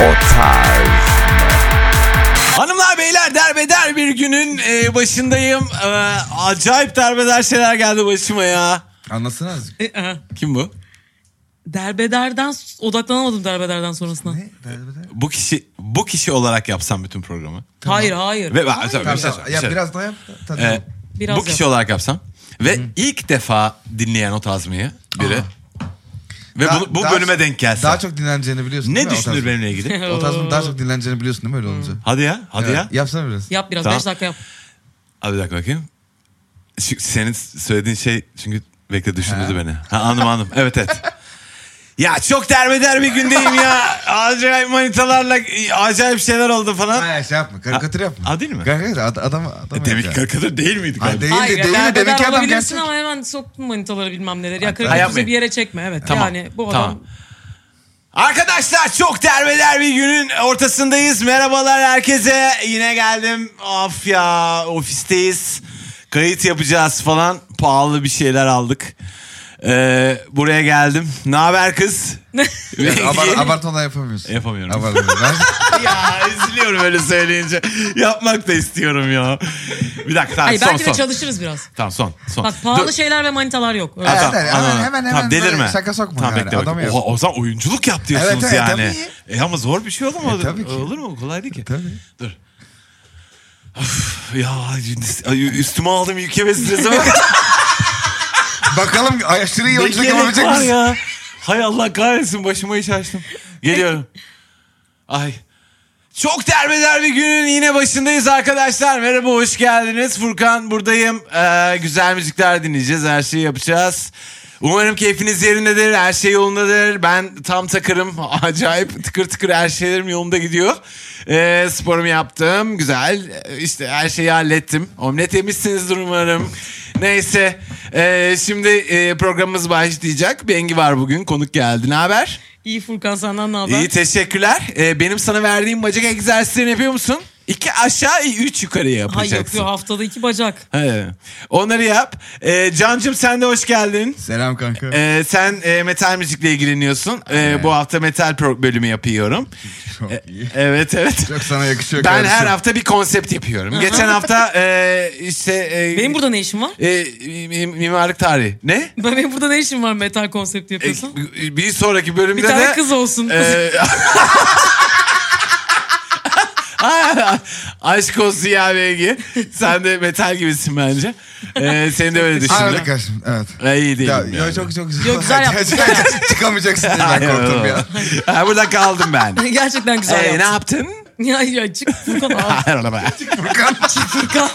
O tarz. Hanımlar beyler derbeder bir günün e, başındayım. E, acayip derbeder şeyler geldi başıma ya. Anlatsana azıcık. E, aha. Kim bu? Derbederden odaklanamadım derbederden E, sonrasına. Ne? Berber? Bu kişi bu kişi olarak yapsam bütün programı. Hayır hayır. Ve ben, Hayır. tabii, Tamam, bir şey tamam. söyleyeyim, Ya bir şey biraz daha yap. Tadı. söyleyeyim. E, Biraz bu kişi yap. olarak yapsam ve ilk defa dinleyen o tazmiyi biri ve Daha- bunu, bu daha- bölüme denk gelse. Daha çok dinleneceğini biliyorsun ne değil mi? O düşünür tarz- benimle ilgili? O tarzın daha çok dinleneceğini biliyorsun değil mi öyle olunca? Hadi ya, hadi Evet. ya. Yapsana biraz. Yap biraz Tamam. 5 dakika yap. Abi bir dakika bakayım. Çünkü senin söylediğin şey çünkü bekle düşündürdü beni. Ha, anladım anladım. Evet evet. Ya çok derbeder bir gündeyim ya. Acayip manitalarla e, acayip şeyler oldu falan. Hayır şey yapma. Karikatür yapma. Aa, değil mi? E, Karikatür ad- adam adam. Demek ki karikatür değil miydik? abi? Değil Hayır de ya, değil de derbeder demek ki adam olabilirsin gerçek. ama hemen soktun manitaları bilmem neleri. Ya Ha, karikatürü yapmayın. bir yere çekme evet. Tamam. Yani bu adam tamam. Arkadaşlar çok derbeder bir günün ortasındayız. Merhabalar herkese. Yine geldim. Of ya ofisteyiz. Kayıt yapacağız falan. Pahalı bir şeyler aldık. Ee, buraya geldim. Ne haber kız? Evet, abart, abartmadan yapamıyorsun. Yapamıyorum. Abartmadan. Ben- ya üzülüyorum öyle söyleyince. Yapmak da istiyorum ya. Bir dakika tamam Hayır, son belki son. de çalışırız biraz. Tamam son son. Bak pahalı Dur. şeyler ve manitalar yok. Öyle. Ha, Evet, tamam, evet, anladım. hemen, hemen, Tamam, hemen delirme. böyle şaka sokma Tamam, yani, bekle, bekle. adamı yap. Oha, o zaman oyunculuk yap diyorsunuz Evet, evet, yani. tabii. E ama zor bir şey olur mu? E, tabii ki. E, Olur mu? Kolay değil ki. Tabii. Dur. Of, ya ay, üstüme aldım yüke ve strese bak. Bakalım aşırı iyi Ne oyunculuk gerek yapabilecek var misin? ya. Hay Allah kahretsin başıma iş açtım. Geliyorum. Ay. Çok derbeder bir günün yine başındayız arkadaşlar. Merhaba hoş geldiniz. Furkan buradayım. Ee, güzel müzikler dinleyeceğiz. Her şeyi yapacağız. Umarım keyfiniz yerindedir. Her şey yolundadır. Ben tam takırım. Acayip tıkır tıkır her şeylerim yolunda gidiyor. Ee, sporumu yaptım. Güzel. Ee, İşte her şeyi hallettim. Omlet yemişsinizdir umarım. Neyse. Ee, şimdi e, programımız başlayacak. Bengi var bugün. Konuk geldi. Ne haber? İyi Furkan senden ne haber? İyi teşekkürler. Ee, benim sana verdiğim bacak egzersizlerini yapıyor musun? İki aşağı üç yukarıya Hayır yapacaksın. yapıyor haftada iki bacak. He. Onları yap. Ee, Cancım sen de hoş geldin. Selam kanka. Ee, sen e, metal müzikle ilgileniyorsun. Ee, Bu hafta metal pro- bölümü yapıyorum. Çok iyi. Evet evet. Çok sana yakışıyor e. Ben kardeşim. her hafta bir konsept yapıyorum. Geçen hafta e, işte e, Benim burada ne işim var? e, mi- mimarlık tarihi. Ne? Ben benim burada ne işim var metal E, konsepti yapıyorsun? bir sonraki bölümde bir tane de kız olsun. Ee, Aa, Aşk olsun ya Bengi. Sen de metal gibisin bence. Ee, seni de öyle Arada düşündüm. kardeşim evet. Ee, iyi değilim Ya, yani. ya çok çok güzel. Yok, güzel yaptın. Gerçekten Çıkamayacaksın diye ben korktum bir an. Ha, burada kaldım ben. Gerçekten güzel Ee, ne yaptın. yaptın? Ya, ya çık Furkan abi. Hayır, ona bak. Furkan. Furkan.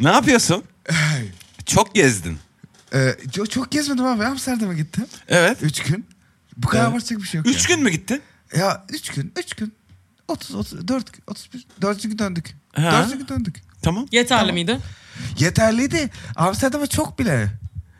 ne yapıyorsun? Çok gezdin. Ee, çok, çok gezmedim abi. Amsterdam'a gittim. Evet. Üç gün. Bu kadar Evet. abartacak bir şey yok. Üç ya. gün mü gittin? Ya üç gün. Üç gün. 30, 30, 4, 31, 4. gün döndük. Ha. 4. gün döndük. Tamam. Yeterli miydi? Yeterliydi. Amsterdam'a çok bile.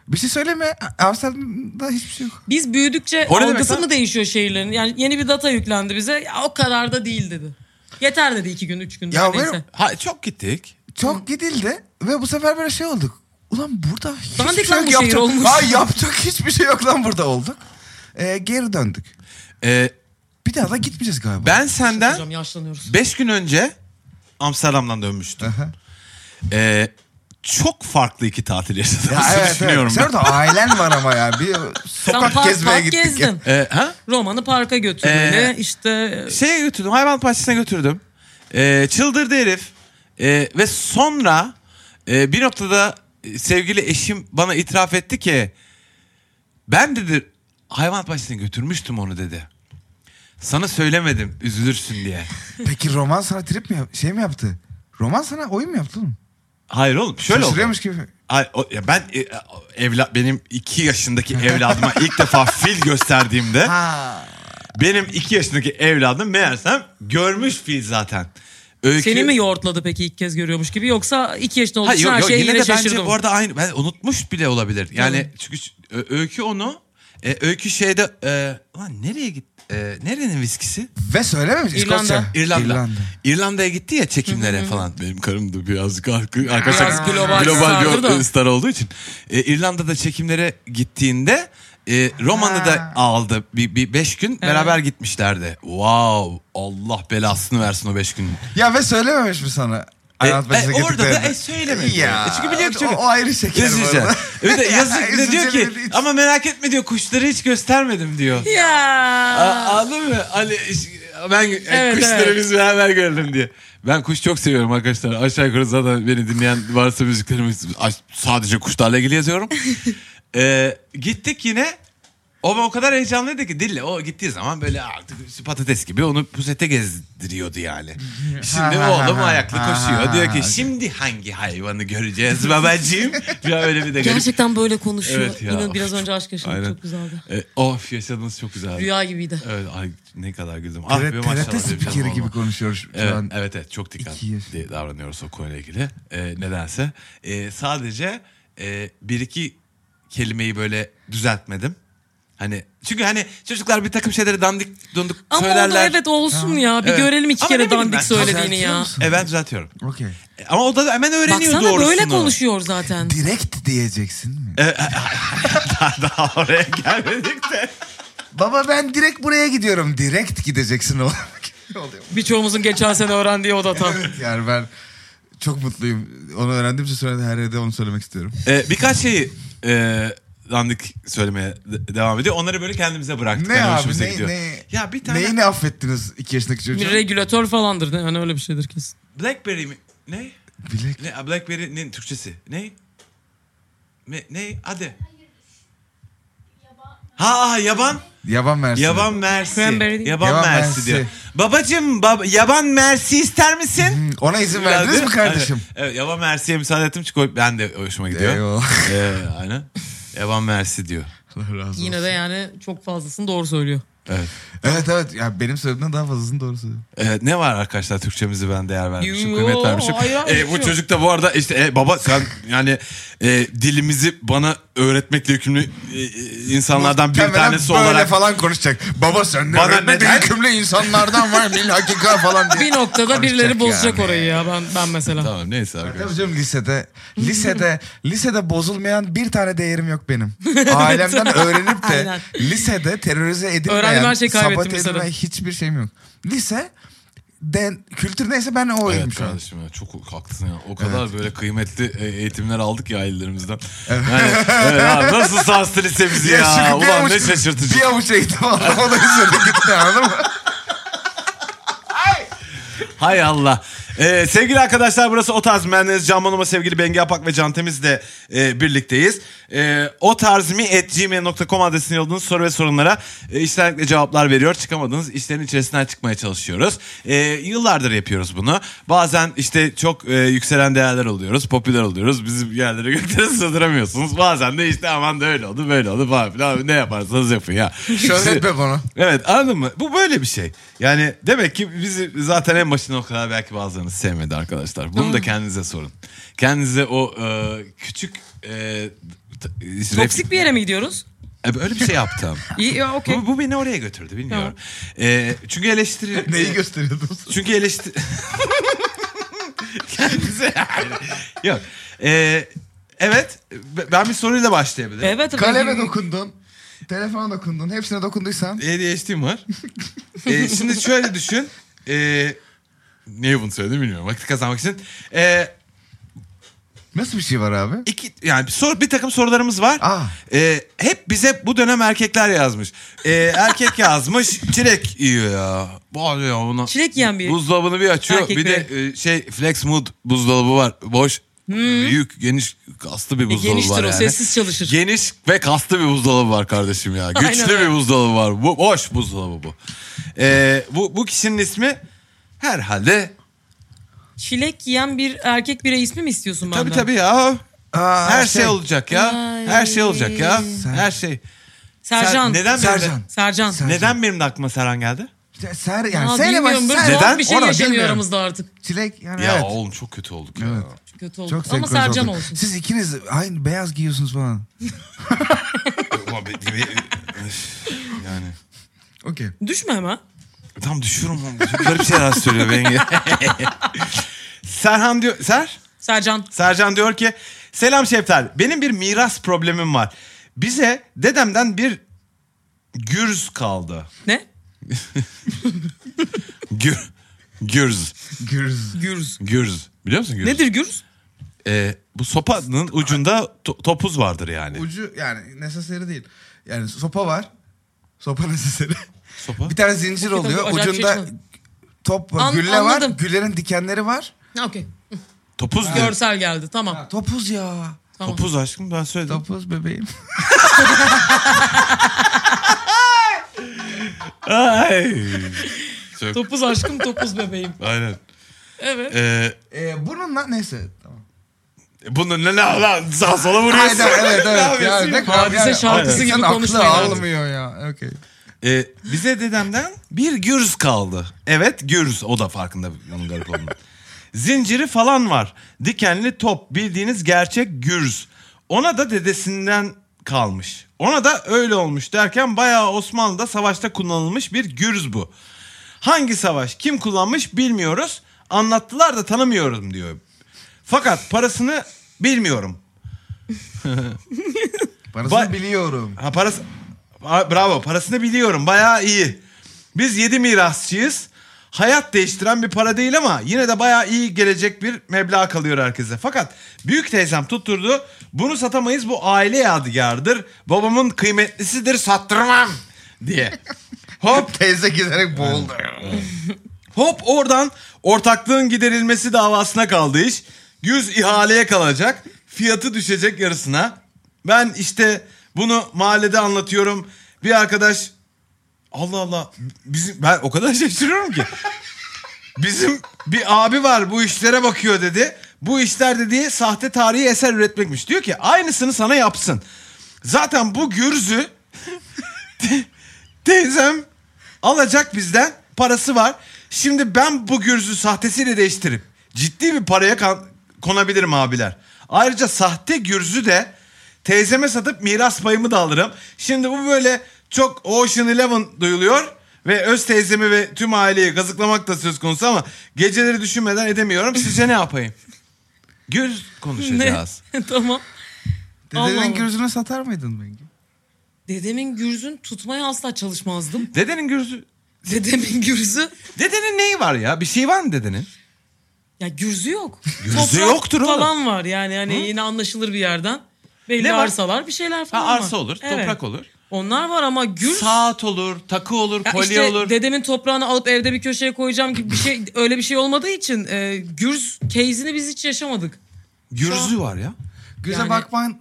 Bir şey söyleme. Amsterdam'da hiçbir şey yok. Biz büyüdükçe O ne demek algısı lan? mı değişiyor şehirlerin? Yani yeni bir data yüklendi bize. Ya, o kadar da değil dedi. Yeter dedi iki gün, üç gün. Ya neredeyse. benim- Ha, çok gittik. Çok gidildi ve bu sefer böyle şey olduk. Ulan burada hiçbir Dandik şey yok. lan bu şehir Yapacak, olmuş. Ay, yapacak hiçbir şey yok lan burada olduk. Ee, geri döndük. Ee, Bir daha da gitmeyeceğiz galiba. ben senden Hocam yaşlanıyoruz. beş gün önce Amsterdam'dan dönmüştüm. Aha. Ee, çok farklı iki tatil yaşadığımızı Ya evet, düşünüyorum. evet. Sen ben. orada ailen var ama ya. Bir Sen sokak park, gezmeye park gittik. gezdin. Ya. Ee, ha? Roman'ı parka götürdüğünde Ee, işte şeye götürdüm hayvan bahçesine götürdüm. Ee, çıldırdı herif. Ee, ve sonra e, bir noktada e, sevgili eşim bana itiraf etti ki ben dedi hayvan bahçesine götürmüştüm onu dedi. Sana söylemedim üzülürsün diye. Peki roman sana trip mi yap- şey mi yaptı? Roman sana oyun mu yaptı oğlum? Hayır oğlum şöyle oldu. Şaşırıyormuş gibi. Hayır, o- ya ben e, evla, benim iki yaşındaki evladıma ilk defa fil gösterdiğimde Ha. benim iki yaşındaki evladım meğersem görmüş fil zaten. Öykü, seni mi yoğurtladı peki ilk kez görüyormuş gibi yoksa iki yaşında olduğu Hayır için yok her yok şeye yine şey, yine, de şaşırdı bence mı? bu arada aynı ben unutmuş bile olabilir. Yani Yani. çünkü ş- Ö- öykü onu e, öykü şeyde e, lan nereye git e, nerenin viskisi? Ve söylememiş İrlanda. İskoçya. İrlanda. İrlanda'ya gitti ya çekimlere falan. Benim karım da birazcık arka- arkadaşlar Biraz global global stardır gö- da. star olduğu için. E, İrlanda'da çekimlere gittiğinde e, Roman'ı da Ha. aldı. Bir, bir beş gün beraber gitmişlerdi. Wow. Allah belasını versin o beş günün. Ya ve söylememiş mi sana? Hayat başına e, orada da getirdiklerini? e, söylemedi. Ya. E, çünkü biliyor ki o, çünkü- o ayrı şeker bu Üzücü. arada. E, Bir de yazık bir de diyor ki Üzücü bir- ama merak etme diyor kuşları hiç göstermedim diyor. A- Ya. Anladın mı? Ali ben e, Evet, kuşları evet. biz beraber gördüm diye. Ben kuş çok seviyorum arkadaşlar. Aşağı yukarı zaten beni dinleyen varsa müziklerimi aş- sadece kuşlarla ilgili yazıyorum. Ee, gittik yine. O o kadar heyecanlıydı ki dille o gittiği zaman böyle artık patates gibi onu pusete gezdiriyordu yani. Şimdi Ha, ha, oğlum ha, ayaklı ha, koşuyor. ha, Diyor okey. ki şimdi hangi hayvanı göreceğiz babacığım? ya öyle bir de garip. Gerçekten böyle konuşuyor. Evet ya. İnan biraz önce aşk yaşadık Aynen. çok güzeldi. E, of yaşadığınız çok güzeldi. Rüya gibiydi. Evet ay ne kadar güldüm. Ah be TRT maşallah. TRT dedim canım spikeri gibi ama. konuşuyor şu Evet, an. evet evet çok İki yaş. dikkatli davranıyoruz o konuyla ilgili. Ee, nedense Ee, sadece e, bir iki kelimeyi böyle düzeltmedim. Hani çünkü hani çocuklar bir takım şeyleri dandik donduk Ama o da söylerler. evet olsun ya. Bir Evet. görelim iki Ama ne kere bileyim dandik ben, söylediğini düzeltiyor ya. musun? E, ben düzeltiyorum. Okey. E, ama o da hemen öğreniyor Baksana doğrusunu. böyle konuşuyor zaten. Direkt diyeceksin mi? E- daha, daha oraya gelmedik de. Baba ben direkt buraya gidiyorum. Direkt gideceksin oğlum. Oluyor. Birçoğumuzun geçen sene öğrendiği o da tam. Evet, yani ben çok mutluyum. Onu öğrendiğim için sonra da her yerde onu söylemek istiyorum. Ee, birkaç şeyi e, dandik söylemeye de- devam ediyor. Onları böyle kendimize bıraktık. Ne Hani abi hoşumuza ne, gidiyor. ne, Ya bir tane neyi ne affettiniz iki yaşındaki Bir çocuğa? regülatör falandır. değil mi? Yani öyle bir şeydir kesin. Blackberry mi? Ne? Bilek. Ne? Blackberry'nin Türkçesi. Ne? Ne? ne? Hadi. Ha ha yaban. Yaban versin. Yaban mersi. Cranberry Yaban, değil. Yaban mersi, mersi. diyor. Babacım bab- yaban mersi ister misin? Hmm, Ona izin verdiniz mi kardeşim? Evet, evet, yaban mersiye müsaade ettim çünkü o- ben de hoşuma gidiyor. Eyvallah. Ee, aynen. Yaban mersi diyor. Allah razı olsun. Yine de yani çok fazlasını doğru söylüyor. Evet. Evet evet. Ya benim söylediğimden daha fazlasını doğru söylüyor. Evet, Ee, ne var arkadaşlar Türkçemizi ben değer vermişim, Yo, kıymet vermişim. hayır, hayır, Ee, bu yok. çocuk da bu arada işte e, baba sen yani e, dilimizi bana öğretmekle yükümlü e, e, insanlardan bir Muhtemelen tanesi böyle olarak. falan konuşacak. Baba sen ne Bana öğretmedin neden? hükümlü insanlardan var mil hakika falan diye. Bir noktada birileri Konuşacak bozacak yani. orayı ya ben ben mesela. Tamam neyse arkadaşlar. Tabii canım lisede. Lisede lisede bozulmayan bir tane değerim yok benim. Ailemden öğrenip de Aynen. lisede terörize edilmeyen, Öğrendim, her şeyi kaybettim sabote lisede. edilmeyen hiçbir şeyim yok. Lise den, kültür neyse ben o oyum Evet şu an. kardeşim ya, çok haklısın ya. O kadar böyle kıymetli e, eğitimler aldık ya ailelerimizden. Yani, evet, ya, nasıl sarstı lisemizi ya. çünkü bir Ulan avuç- ne şaşırtıcı. Bir avuç eğitim aldım o da lisede gitti anladın mı? Hay Allah. Ee, sevgili arkadaşlar burası O Tarz Bendeniz Can Bonomo, sevgili Bengi Apak ve Can Temiz'le e, birlikteyiz. E, o adresine yolladığınız soru ve sorunlara e, iştenlikle cevaplar veriyor. Çıkamadığınız işlerin içerisinden çıkmaya çalışıyoruz. E, yıllardır yapıyoruz bunu. Bazen işte çok e, yükselen değerler oluyoruz, popüler oluyoruz. Bizi bir yerlere göklere sığdıramıyorsunuz. Bazen de işte aman da öyle oldu böyle oldu falan filan. Ne yaparsanız yapın ya. Şöhret be bunu. Evet anladın mı? Bu böyle bir şey. Yani demek ki bizi zaten en başına o kadar belki bazılarınız sevmedi arkadaşlar. Bunu da kendinize sorun. Kendinize o e, küçük... E, t- e, Toksik bir yere mi gidiyoruz? E, Öyle bir şey yaptım. İyi ya okey. bu, bu beni oraya götürdü bilmiyorum. E, çünkü eleştiri... Neyi gösteriyordunuz? Çünkü eleştir... Kendinize... Yok. E, evet ben bir soruyla başlayabilirim. Evet. evet. Kaleme dokundun. Telefona dokundun. Hepsine dokunduysan. ADHD'm var. Ee, şimdi şöyle düşün. Ee, niye bunu söyledim bilmiyorum. Vakit kazanmak için. Ee, Nasıl bir şey var abi? Ah, iki, yani bir, sor, bir takım sorularımız var. Aa. Ee, hep bize bu dönem erkekler yazmış. Ee, erkek yazmış. Çilek yiyor ya. Bağırıyor ona. Çilek yiyen bir- Buzdolabını bir açıyor. Erkek bir de e, şey Flex Mood buzdolabı var. Boş. Büyük, geniş, kaslı bir buzdolabı Hmm. E, geniştir var o, yani. sessiz çalışır. Geniş ve kaslı bir buzdolabı var kardeşim ya. Aynen Güçlü öyle. bir buzdolabı var. Bu boş buzdolabı bu. Ee, bu bu kişinin ismi herhalde Çilek yiyen bir erkek birey ismi mi istiyorsun benden? tabii tabii ya. Aa, Her şey olacak ya. Ay. Her şey olacak ya. Sen- Her şey. Sercan. Sen- neden Sercan. Sercan. Sen- Neden benim de aklıma Serhan geldi? Ser Aa, yani seyle baş. bilmiyorum, böyle Ser- tuhaf Neden? Bir şey Ona yaşanıyor bilmiyorum. aramızda artık. Çilek yani Ya evet. oğlum çok kötü olduk ya. Evet. Kötü oldu. Çok Ama senkroz Sercan olduk. olsun. Siz ikiniz aynı beyaz giyiyorsunuz falan. Ama be- be- Üf, yani Okey. Düşme hemen. tam düşüyorum lan. Çok Garip şeyler söylüyor ben. Serhan diyor. Ser? Sercan. Sercan diyor ki selam Şeftal benim bir miras problemim var. Bize dedemden bir gürz kaldı. Ne? Gür, gürz. Gürz. Gürz. Gürz. Biliyor musun gürz? Nedir gürz? Ee, bu sopanın ucunda to- topuz vardır yani. Ucu yani neseseri değil. Yani sopa var. Sopa neseseri. Sopa. Bir tane zincir Hakikaten oluyor. bu acayip Ucunda şey çıkmadı. top var, An- gülle anladım. var. Güllerin dikenleri var. Ha, Okey. Topuz diyor. Görsel geldi. Tamam. Topuz ya. tamam. Topuz aşkım ben söyledim. Topuz bebeğim. Ay. Çok- Topuz aşkım topuz bebeğim. Aynen. Evet. Ee, Ee, bununla neyse. Tamam. bunun ne, ne lan sağ sola vuruyorsun. Aynen evet Ne evet. ya, yapıyorsun? ne Hadise şarkısı gibi Sen aklı konuşmayın artık. almıyor ya. Okey. Ee, bize dedemden bir gürz kaldı. Evet gürz o da farkında onun garip olduğunu. Zinciri falan var. Dikenli top bildiğiniz gerçek gürz. Ona da dedesinden kalmış. Ona da öyle olmuş derken bayağı Osmanlı'da savaşta kullanılmış bir gürz bu. Hangi savaş kim kullanmış bilmiyoruz. Anlattılar da tanımıyorum diyor. Fakat parasını bilmiyorum. Parasını Ba- biliyorum. Ha parası... Ha, Bravo parasını biliyorum bayağı iyi. Biz 7 mirasçıyız. Hayat değiştiren bir para değil ama yine de bayağı iyi gelecek bir meblağ kalıyor herkese. Fakat büyük teyzem tutturdu. Bunu satamayız bu aile yadigarıdır. Babamın kıymetlisidir sattırmam diye. Hop Teyze giderek boğuldu. Hop oradan ortaklığın giderilmesi davasına kaldı iş. Yüz ihaleye kalacak. Fiyatı düşecek yarısına. Ben işte bunu mahallede anlatıyorum. Bir arkadaş Allah Allah bizim ben o kadar şaşırıyorum ki. Bizim bir abi var bu işlere bakıyor dedi. Bu işler dediği sahte tarihi eser üretmekmiş. Diyor ki aynısını sana yapsın. Zaten bu gürzü Teyzem alacak bizden parası var. Şimdi ben bu gürzü sahtesiyle değiştirip ciddi bir paraya kan- konabilirim abiler. Ayrıca sahte gürzü de teyzeme satıp miras payımı da alırım. Şimdi bu böyle çok Ocean Eleven duyuluyor. Ve öz teyzemi ve tüm aileyi gazıklamak da söz konusu ama geceleri düşünmeden edemiyorum. Sizce ne yapayım? Gürz Ne? konuşacağız. tamam. Allah Allah. Dedenin gürzünü satar mıydın Bengi? Dedemin gürzün tutmaya asla çalışmazdım. Dedenin gürzü... Dedemin gürzü Dedenin neyi var ya? Bir şey var mı dedenin? ya gürzü yok. Gürzü yoktur oğlum. falan var yani hani yine anlaşılır bir yerden. Belli Ne var? arsalar bir şeyler falan Ha, var. arsa olur, Evet. toprak olur. Onlar var ama gürz Saat olur, takı olur, Ya kolye işte olur. dedemin toprağını alıp evde bir köşeye koyacağım gibi bir şey öyle bir şey olmadığı için e, gürz case'ini biz hiç yaşamadık. Gürzü var ya. Göze Yani- bakman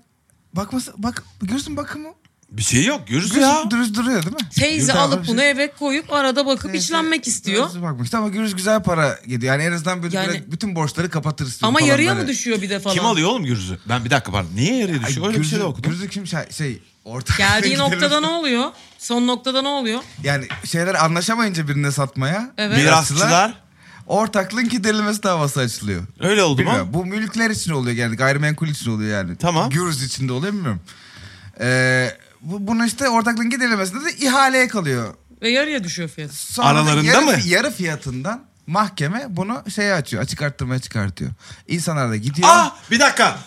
bakması bak gözün bakımı Bir şey yok. Gürzü göz ya. dürüst duruyor değil mi? Teyze Gürz- alıp Tamam, bunu şey- eve koyup arada bakıp Teyze- içlenmek istiyor. Göz bakmış. Tamam gürüz güzel para gidiyor. Yani en azından böyle Yani- böyle bütün borçları kapatır istiyor Ama falan yarıya böyle. mı düşüyor bir de falan? Kim alıyor oğlum gürzü? Ben bir dakika pardon. Niye yarıya Ay, düşüyor? Öyle bir şey de gürzü- okudum. gürzü kim şey, şey ortak. Geldiği gideriz. noktada ne oluyor? Son noktada ne oluyor? Yani şeyler anlaşamayınca birine satmaya. Evet. Mirasçılar. Ortaklığın giderilmesi davası açılıyor. Öyle oldu mu? Bilmiyorum. Bu mülkler için oluyor yani gayrimenkul için oluyor yani. Tamam. Gürüz için de oluyor bilmiyorum. Ee, bu, bunu işte ortaklığın giderilmesinde de ihaleye kalıyor. Ve yarıya düşüyor fiyat. Sonra da Aralarında yarı, mı? Yarı fiyatından mahkeme bunu şeye açıyor. Açık arttırmaya çıkartıyor. İnsanlar da gidiyor. Ah bir dakika.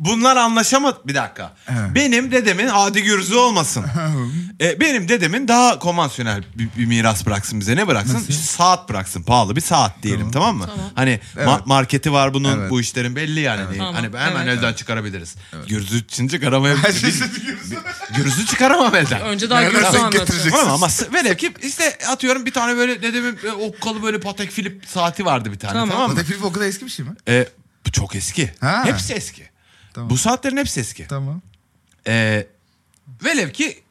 Bunlar anlaşamadı. Bir dakika. Evet. Benim dedemin adi gürzü olmasın. E, benim dedemin daha konvansiyonel bir, bir miras bıraksın bize. Ne bıraksın? İşte saat bıraksın. Pahalı bir saat diyelim tamam, mı? Tamam. Hani Evet. ma- marketi var bunun. Evet. Bu işlerin belli yani. Tamam, Hani hemen evet. elden çıkarabiliriz. Gürzü için çıkaramayabiliriz. Siz- Biz- Gürzü çıkaramam elden. Önce daha Nereden gürzü denk anlatacağım. getirecek? Tamam ama s- velev ki işte atıyorum bir tane böyle dedemin e, okkalı böyle Patek Philip saati vardı bir tane Tamam. tamam, O mı? da film o kadar eski bir şey mi? E, bu çok eski. Ha. Hepsi eski. Tamam. Bu saatlerin hepsi eski. Tamam. E, velev ki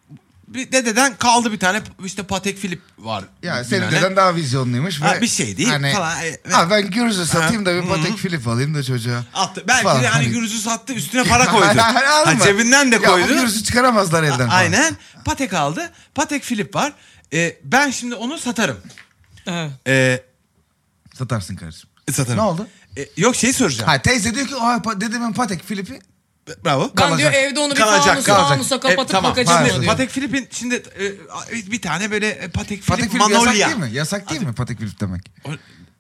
bir dededen kaldı bir tane işte Patek Philip var. Ya bir senin tane. deden daha vizyonluymuş. Ha, ve hani, bir şey değil falan. E, ve- Ha, ben Gürüz'ü satayım da bir Hı hı. Patek Philip alayım da çocuğa. Attı. Belki Falan, de hani hani- gürüzü sattı üstüne para koydu. Alma. ha, cebinden de koydu. Ya bu Gürüz'ü çıkaramazlar elden. falan. Aynen. Patek aldı. Patek Philip var. E, ben şimdi onu satarım. Evet. E, Satarsın kardeşim. satarım. Ne oldu? E, yok şey soracağım. Ha, teyze diyor ki "Aa, pa- dedemin Patek Philip'i Bravo. Ben diyor Kalacak. evde onu bir Kalacak, fanusa, kalacak. fanusa kapatıp E, tamam. bakacağım Hayır. ona diyor. Patek Philip'in şimdi e, bir tane böyle e, Patek Philip Patek Philip Manolya. yasak değil mi? Yasak değil mi Patek Philip demek? O-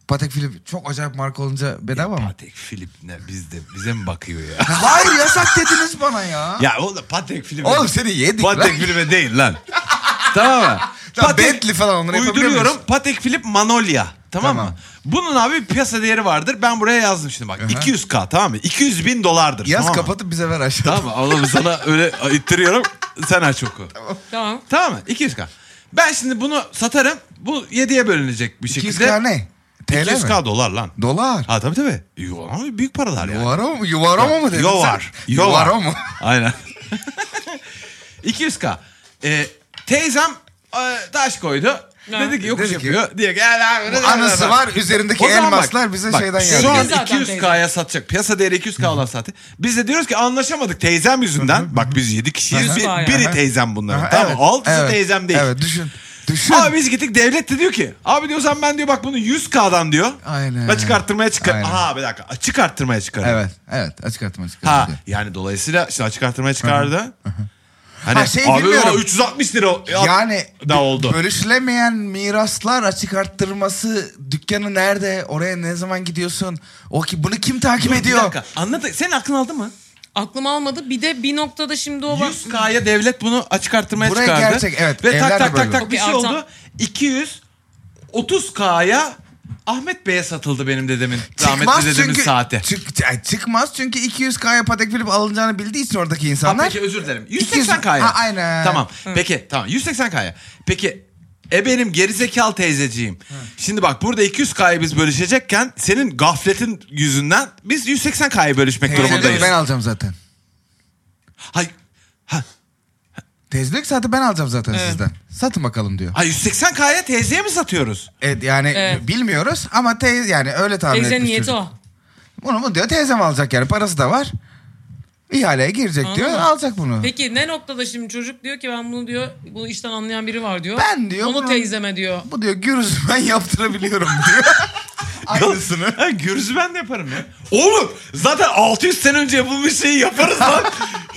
Patek Philippe çok acayip marka olunca bedava mı? Patek Philip ne bizde bize mi bakıyor ya? Hayır yasak dediniz bana ya. ya oğlum Patek Philip. Oğlum seni yedik lan. Patek Philip'e değil lan. tamam mı? Tamam, Bentley falan onları yapabiliyor Uyduruyorum. muyuz? Patek Philip Manolya. Tamam, Tamam. mı? Bunun abi piyasa değeri vardır. Ben buraya yazdım şimdi bak. 200k tamam mı? 200 bin dolardır. Yaz tamam mı? kapatıp bize ver aşağıda. Tamam mı? Oğlum sana öyle ittiriyorum. Sen aç oku. Tamam. Tamam. mı? 200k. Ben şimdi bunu satarım. Bu 7'ye bölünecek bir şekilde. 200k ne? TL mi? 200k dolar lan. Dolar. Ha tabii tabii. Yo, ama büyük paralar yani. Yuvaro mu? Yuvaro mu mu dedin Yo sen? var. Yo var. Yuvaro mu? Aynen. 200k. Ee, teyzem e, taş koydu. Ha. Dedi ki yokuş Dedi ki- yapıyor. Diyor ki "Gel abi, gel Anası abi." var üzerindeki O zaman bak, elmaslar bize bak, şeyden Şu an geldi. Zaten 200k'ya satacak. Piyasa değeri 200k olan saati. Biz de diyoruz ki anlaşamadık teyzem yüzünden. bak biz 7 kişiyiz. Bir- Aha. biri Aha. teyzem bunların. Aha, tamam evet, 6'sı evet, teyzem değil. Evet düşün. Düşün. Abi biz gittik devlet de diyor ki abi diyorsan ben diyor bak bunu 100k'dan diyor. Aynen. Ben çıkarttırmaya çıkar. Aynen. Aha bir dakika açık arttırmaya çıkarıyor. Evet. Evet. Açık atma açık atma Ha diyor. yani dolayısıyla işte açık arttırmaya çıkardı. Hani Ha, şey abi bilmiyorum. o 360 lira o- Yani E da oldu. bölüşülemeyen miraslar açık arttırması dükkanı nerede oraya ne zaman gidiyorsun o ki bunu kim takip Bir ediyor? dakika anlat. Senin aklın aldı mı? Aklım almadı. Bir de bir noktada şimdi o bak. 100K'ya devlet bunu açık arttırmaya Buraya çıkardı. gerçek, evet, Ve evler tak de tak tak böyle. tak bir Okey, şey artan- oldu. 230K'ya Ahmet Bey'e satıldı benim dedemin. Rahmetli dedemin saati. çık- ay, çıkmaz çünkü 200K'ya Patek Philip alınacağını bildiği için oradaki Tamam, insanlar. peki özür dilerim. 200 180K'ya. Ha, aynen. Tamam. Peki tamam 180K'ya. Peki e benim gerizekalı teyzeciğim. Şimdi bak burada 200K'yı biz bölüşecekken senin gafletin yüzünden biz 180K'yı bölüşmek Teyzelik durumundayız. ben alacağım zaten. Hay, ha, Teyzelik saati ben alacağım zaten sizden. Satın bakalım diyor. hay 180K'ya teyzeye mi satıyoruz? Evet yani Evet. bilmiyoruz ama teyze yani öyle tahmin Teyzenin etmiş niyeti çocuk. o. Bunu mu diyor teyzem alacak yani parası da var. İhaleye girecek diyor Anladım. alacak bunu. Peki ne noktada şimdi çocuk diyor ki ben bunu diyor bunu işten anlayan biri var diyor. Ben diyor Onu bunu- teyzeme diyor. Bu diyor gürüz ben yaptırabiliyorum diyor. Aynısını. Ha, gürzü ben de yaparım ya. Oğlum zaten 600 sene önce yapılmış şeyi yaparız lan.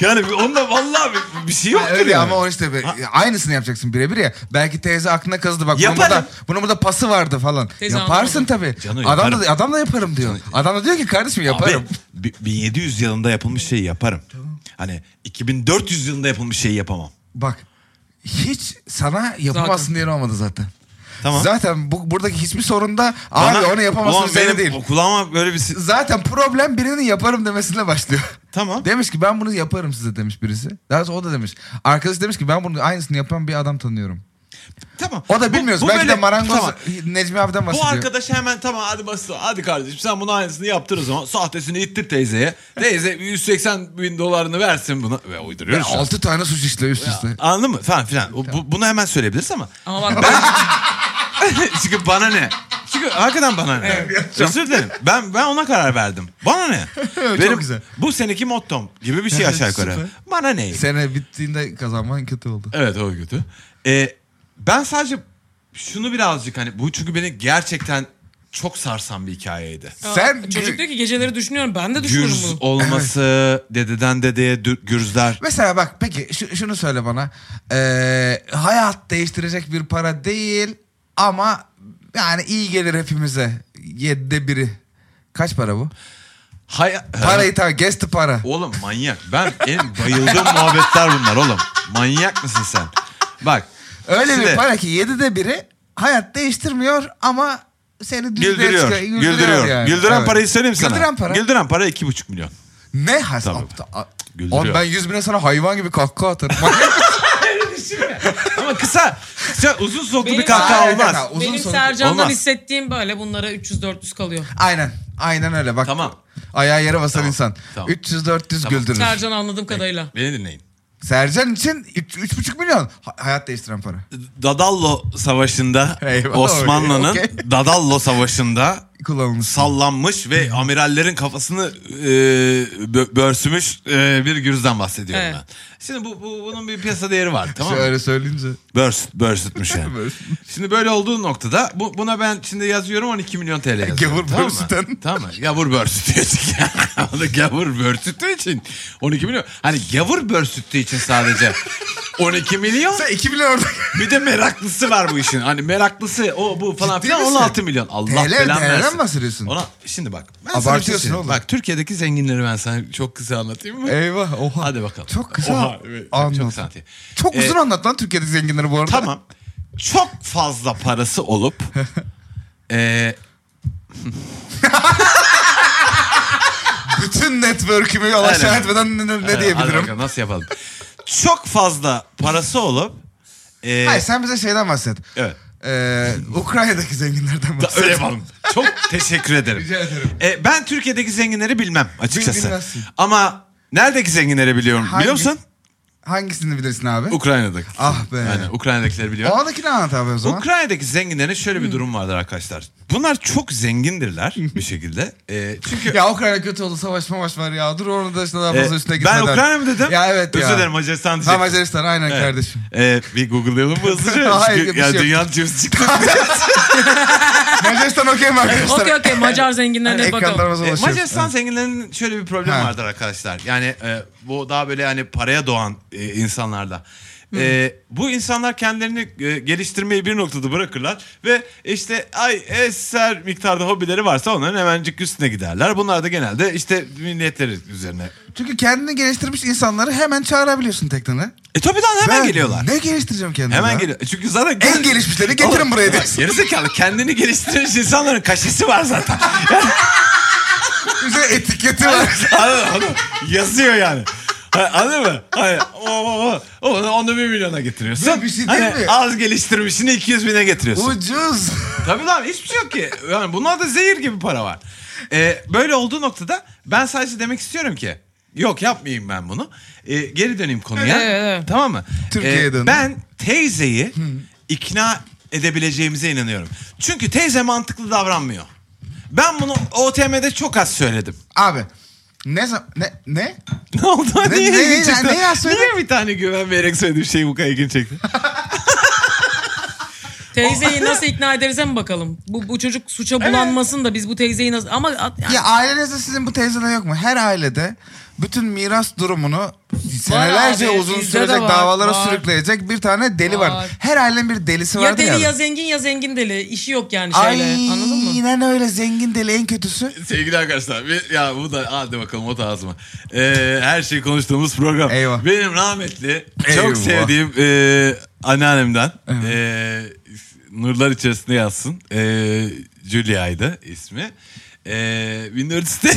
yani onda vallahi bir, bir şey yoktur Öyle yani. ama o işte bir- aynısını yapacaksın birebir ya. Belki teyze aklına kazıdı bak bunun Yaparım. burada, bunun burada pası vardı falan. Teyze Yaparsın anlamadı. tabii. Canım adam yaparım. da adam da yaparım diyor. Adam da diyor ki kardeşim yaparım. Abi, bi- 1700 yılında yapılmış şeyi yaparım. Hani 2400 yılında yapılmış şeyi yapamam. Bak hiç sana yapamazsın Zaten. diyen olmadı zaten. Tamam. Zaten bu, buradaki hiçbir sorunda abi Bana- onu Ulan yapamazsın benim benim değil. Kulağıma böyle bir... si- Zaten problem birinin yaparım demesine başlıyor. Tamam. Demiş ki ben bunu yaparım size demiş birisi. Daha sonra o da demiş. Arkadaş demiş ki ben bunu aynısını yapan bir adam tanıyorum. tamam. O da Bu- bilmiyoruz. bu Belki de böyle- marangoz Tamam. Necmi abiden Bu bahsediyor. arkadaş hemen tamam hadi bastı. Hadi kardeşim sen bunu aynısını yaptır o zaman. Sahtesini ittir teyzeye. Teyze 180 bin dolarını versin buna. Ve uyduruyoruz. şu an. 6 tane suç işle üst üste. Anladın mı? Falan filan. O- Bu, bunu hemen söyleyebilirsin ama. Ama bak ben Çünkü bana ne? Çünkü hakikaten bana ne? Özür dilerim. Ben ben ona karar verdim. Bana ne? Benim güzel. bu seneki mottom gibi bir şey aşağı yukarı. Süper. bana ne? Sene bittiğinde kazanman kötü oldu. Evet o kötü. Ee, ben sadece şunu birazcık hani bu çünkü beni gerçekten çok sarsan bir hikayeydi. Sen çocuk diyor ki geceleri düşünüyorum. Ben de düşünüyorum Gürz bunu. olması, dededen dedeye dü- gürzler. Mesela bak peki şu- şunu söyle bana. Ee, hayat değiştirecek bir para değil ama yani iyi gelir hepimize. Yedide biri. Kaç para bu? Hay- Parayı tabii geçti para. Oğlum manyak. Ben en bayıldığım muhabbetler bunlar oğlum. Manyak mısın sen? Bak. Öyle şimdi- bir para ki yedide biri hayat değiştirmiyor ama seni düzlüğe Güldürüyor. çıkar- Güldürüyor. Güldüren Evet. parayı söyleyeyim sana. Güldüren para. Güldüren para 2,5 milyon. ne hasap. Güldürüyor. Oğlum ben yüz bine sana hayvan gibi kahkaha atarım. Ama kısa, kısa uzun soluklu bir Benim- kahkaha Hayır, olmaz. kanka, uzun Benim soluklu- Sercan'dan Olmaz. hissettiğim böyle bunlara 300-400 kalıyor. Aynen. Aynen öyle bak. Tamam. Ayağı yere basan Tamam, insan. tamam. 300-400 Tamam. güldürür. Sercan anladığım kadarıyla. Beni dinleyin. Sercan için üç- üç buçuk milyon ha- hayat değiştiren para. Dadallo Savaşı'nda Eyvallah, Osmanlı'nın okey. Dadallo Savaşı'nda Kullanılmış. sallanmış Hmm. ve amirallerin kafasını e, bö- börsümüş e, bir gürzden bahsediyorum Evet. ben. Şimdi bu, bu bunun bir piyasa değeri var tamam mı? Şöyle söyleyince. Börs, börsütmüş yani. Börsütmüş. Şimdi böyle olduğu noktada bu, buna ben şimdi yazıyorum 12 milyon TL yazıyorum. Gavur tamam mı? börsüten. Tamam mı? Gavur börsüten. Kanada gavur börsüttüğü için 12 milyon. Hani gavur börsüttüğü için sadece 12 milyon. Sen 2 milyon orada. Bir de meraklısı var bu işin. Hani meraklısı o bu falan Ciddi filan misin? 16 milyon. Allah TL belanı TL'den versin. bahsediyorsun? Ona şimdi bak. Ben sana Abartıyorsun bir şey oğlum. Bak Türkiye'deki zenginleri ben sana çok kısa anlatayım mı? Eyvah oha. Hadi bakalım. Çok kısa Oha, evet, anlat. Çok kısa anlatayım. Çok Ee, uzun anlat lan Türkiye'deki zenginleri bu arada. Tamam. Çok fazla parası olup e, eee Bütün network'ümü alaşağı Aynen. etmeden ne, ne- ne Hadi diyebilirim? bakalım, nasıl yapalım? Çok fazla parası olup e, Hayır sen bize şeyden bahset. evet. Ee, Ukrayna'daki zenginlerden Da- bahset. Öyle yapalım. Çok teşekkür ederim. Rica ederim. E, ben Türkiye'deki zenginleri bilmem açıkçası. Bilmezsin. Ama neredeki zenginleri biliyorum. Hangi- Biliyor musun? Hangisini bilirsin abi? Ukrayna'daki. Ah be. Aynen Ukrayna'dakileri biliyorum. Oradakini anlat abi o zaman. Hmm. Ukrayna'daki zenginlerin şöyle bir durum vardır arkadaşlar. Bunlar çok zengindirler bir şekilde. E, çünkü ya Ukrayna kötü oldu savaş savaş var ya. Dur orada da işte daha e, fazla üstüne gitmeden. ben Ukrayna mı dedim? Ya evet ya. Özür dilerim Macaristan Ha diyecektim. Macaristan aynen Evet. kardeşim. E, bir Google'layalım mı hızlıca? Hayır, Çünkü bir şey yani yok. dünyanın cevizci çıktı. Macaristan okey mi arkadaşlar? Okey okey Macar zenginlerine bakalım. E, Ekranlarımıza ulaşıyoruz. Macaristan zenginlerinin şöyle bir problemi Ha. vardır arkadaşlar. Yani e, bu daha böyle hani paraya doğan e, insanlarda. E, bu insanlar kendilerini e, geliştirmeyi bir noktada bırakırlar ve işte ay eser miktarda hobileri varsa onların hemencik üstüne giderler. Bunlar da genelde işte milliyetleri üzerine. Çünkü kendini geliştirmiş insanları hemen çağırabiliyorsun teknene. E tabii lan hemen Ben geliyorlar. Ne geliştireceğim kendimi? Hemen ya? geliyor. E, Çünkü zaten En gelişmişleri getirin Oğlum, buraya bak, diyorsun. Gerizekalı kendini geliştirmiş insanların kaşesi var zaten. Bize etiketi var. anladın, mı? Anladın mı? Yazıyor yani. Ha, Anladın mı? Hani, o, o, o. Onu, onu bir milyona getiriyorsun. Ya bir şey değil hani, mi? Az geliştirmişini 200 bine getiriyorsun. Ucuz. Tabii lan hiçbir şey yok ki. Yani bunlarda zehir gibi para var. Ee, böyle olduğu noktada ben sadece demek istiyorum ki yok yapmayayım ben bunu. Ee, geri döneyim konuya. Evet, evet. Tamam mı? Ee, Türkiye'ye döndüm. Ben teyzeyi ikna edebileceğimize inanıyorum. Çünkü teyze mantıklı davranmıyor. Ben bunu OTM'de çok az söyledim. Abi ne zam- ne ne? Ne oldu? Ne- niye ne- ilginç çıktı? ne ya söyledin? Niye bir tane güven vererek söylediğim şey bu kadar ilginç çekti? Teyzeyi nasıl ikna ederize mi bakalım? Bu, bu çocuk suça bulanmasın da biz bu teyzeyi nasıl... Ama at- yani Ya ailenizde sizin bu teyzede yok mu? Her ailede bütün miras durumunu senelerce abi, uzun bizde sürecek de var, davalara var. sürükleyecek bir tane deli var. Var. Her ailenin bir delisi ya vardır deli ya. ya zengin ya zengin deli. İşi yok yani şeyle. Anladın mı? Aynen öyle zengin deli en kötüsü. Sevgili arkadaşlar bir- ya bu da hadi bakalım o da ağzıma. Ee, her şeyi konuştuğumuz program. Eyvah. Benim rahmetli Eyvah. çok sevdiğim e, anneannemden e, nurlar içerisinde yazsın. E, Julia'ydı ismi. E, 1400 TL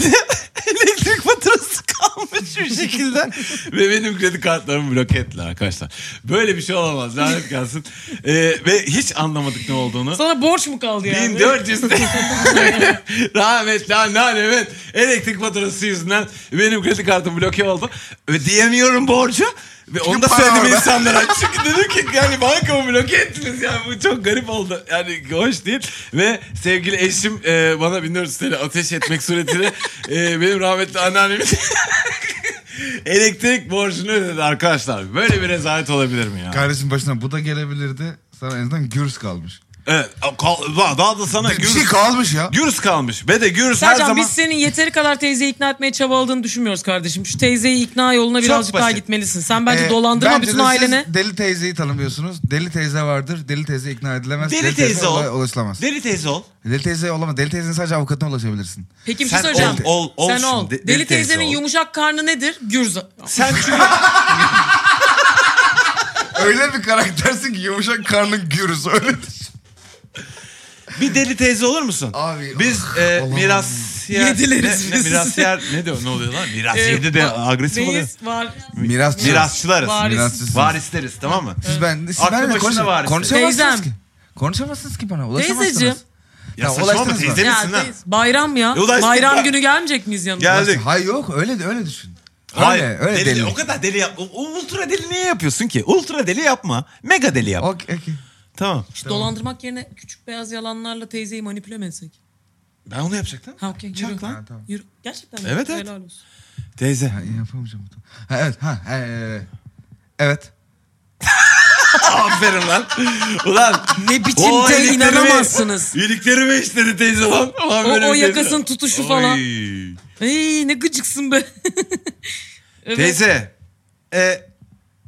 elektrik faturası kalmış bir şekilde ve benim kredi kartlarımı blok ettiler arkadaşlar. Böyle bir şey olamaz lanet gelsin. E, ve hiç anlamadık ne olduğunu. Sana borç mu kaldı yani? 1400 lira. Rahmetli anneannemin elektrik faturası yüzünden benim kredi kartım bloke oldu. Ödeyemiyorum borcu. Ve onu da para söyledim orada. insanlara. Çünkü dedim ki yani bankamı bloke ettiniz. Yani bu çok garip oldu. Yani hoş değil. Ve sevgili eşim e, bana 1400 TL ateş etmek suretiyle e, benim rahmetli anneannemin elektrik borcunu ödedi arkadaşlar. Böyle bir rezalet olabilir mi ya? Kardeşim başına bu da gelebilirdi. Sana en azından gürüz kalmış. Evet. Kal- Daha da sana Bir gürültü- şey kalmış ya. Gürüz kalmış. Ve de Gürüz her Sercan zaman... biz senin yeteri kadar teyzeyi ikna etmeye çabaladığını düşünmüyoruz kardeşim. Şu teyzeyi ikna yoluna birazcık daha basit. gitmelisin. Sen bence Ee, dolandırma bence bütün de siz ailene. Deli teyzeyi tanımıyorsunuz. Deli teyze vardır. Deli teyze ikna edilemez. Deli teyze ol. olay- ulaşılamaz. Deli teyze ol. Deli teyze olamaz. Deli teyzenin sadece avukatına ulaşabilirsin. Peki bir şey Sen söyleyeceğim. ol, ol, Sen olsun. ol. De- Deli, deli teyze teyzenin ol. yumuşak karnı nedir? Gürz. Sen çünkü... Öyle bir karaktersin ki yumuşak karnın gürüz. Öyle bir deli teyze olur musun? Abi, Biz ah, e, olamam. mirasyer... Yedileriz ne, biz. Ne, mirasyer... Ne diyor? Ne oluyor lan? Miras Ee, yedi de va- agresif oluyor. Neyiz? Var. Mirasçı. Mirasçılarız. Varis. Mirasçısınız. Varisleriz tamam mı? Siz ben, siz Aklı benimle başında konuşun- varis. konuşamazsınız Teyzem. ki. Konuşamazsınız ki bana. Ulaşamazsınız. Teyzeciğim. Ya Ya, saçma mı ulaştınız mı? teyze Ya, misin lan? teyze- bayram ya. E, ulaştık bayram bak. günü gelmeyecek miyiz yanına? Gel. Geldik. Hayır yok öyle de öyle düşün. Öyle, Hayır, öyle deli. O kadar deli yap. o- o ultra deli niye yapıyorsun ki? Ultra deli yapma. Mega deli yap. Okey, okey. Tamam. İşte dolandırmak yerine küçük beyaz yalanlarla teyzeyi manipüle mi etsek? Ben onu yapacaktım. Ha okey. Çak Yürü. lan. Ha, tamam. Yürü. Gerçekten mi? Evet, evet. Helal olsun. Teyze. Ha, yapamayacağım. Ha, evet. Ha, ee, evet. Aferin lan. Ulan. Ne o biçimde iyilikleri inanamazsınız. Ve, iyilikleri ve işleri teyze lan. Ulan O- böyle o bir teyze. yakasının tutuşu falan. Oy. Ay ne gıcıksın be. evet. Teyze. E,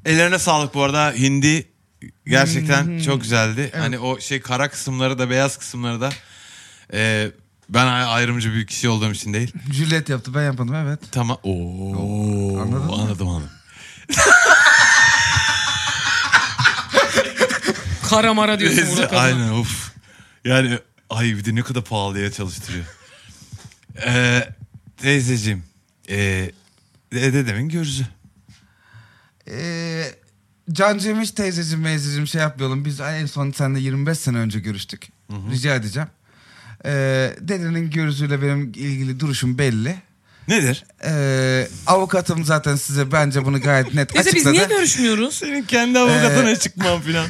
ellerine sağlık bu arada. Hindi Hmm. gerçekten çok güzeldi. Hani o şey kara kısımları da beyaz kısımları da. e, ben ay- ayrımcı bir kişi olduğum için değil. Juliet yaptı ben yapmadım evet. Tamam. Oo. Anladın mı? Anladım anladım. Kara mara diyorsun Neyse, Murat Arman. Aynen of. Yani ay bir de ne kadar pahalıya çalıştırıyor. Ee, teyzeciğim. Ee, de- dedemin gözü. Ee, Can Cemiş teyzeciğim meyzeciğim şey yapmayalım. Biz en son seninle 25 sene önce görüştük. Rica edeceğim. Ee, dedenin görüşüyle benim ilgili duruşum belli. Nedir? Ee, avukatım zaten size bence bunu gayet net Teyze açıkladı. biz niye görüşmüyoruz? Senin kendi avukatına E, çıkmam filan.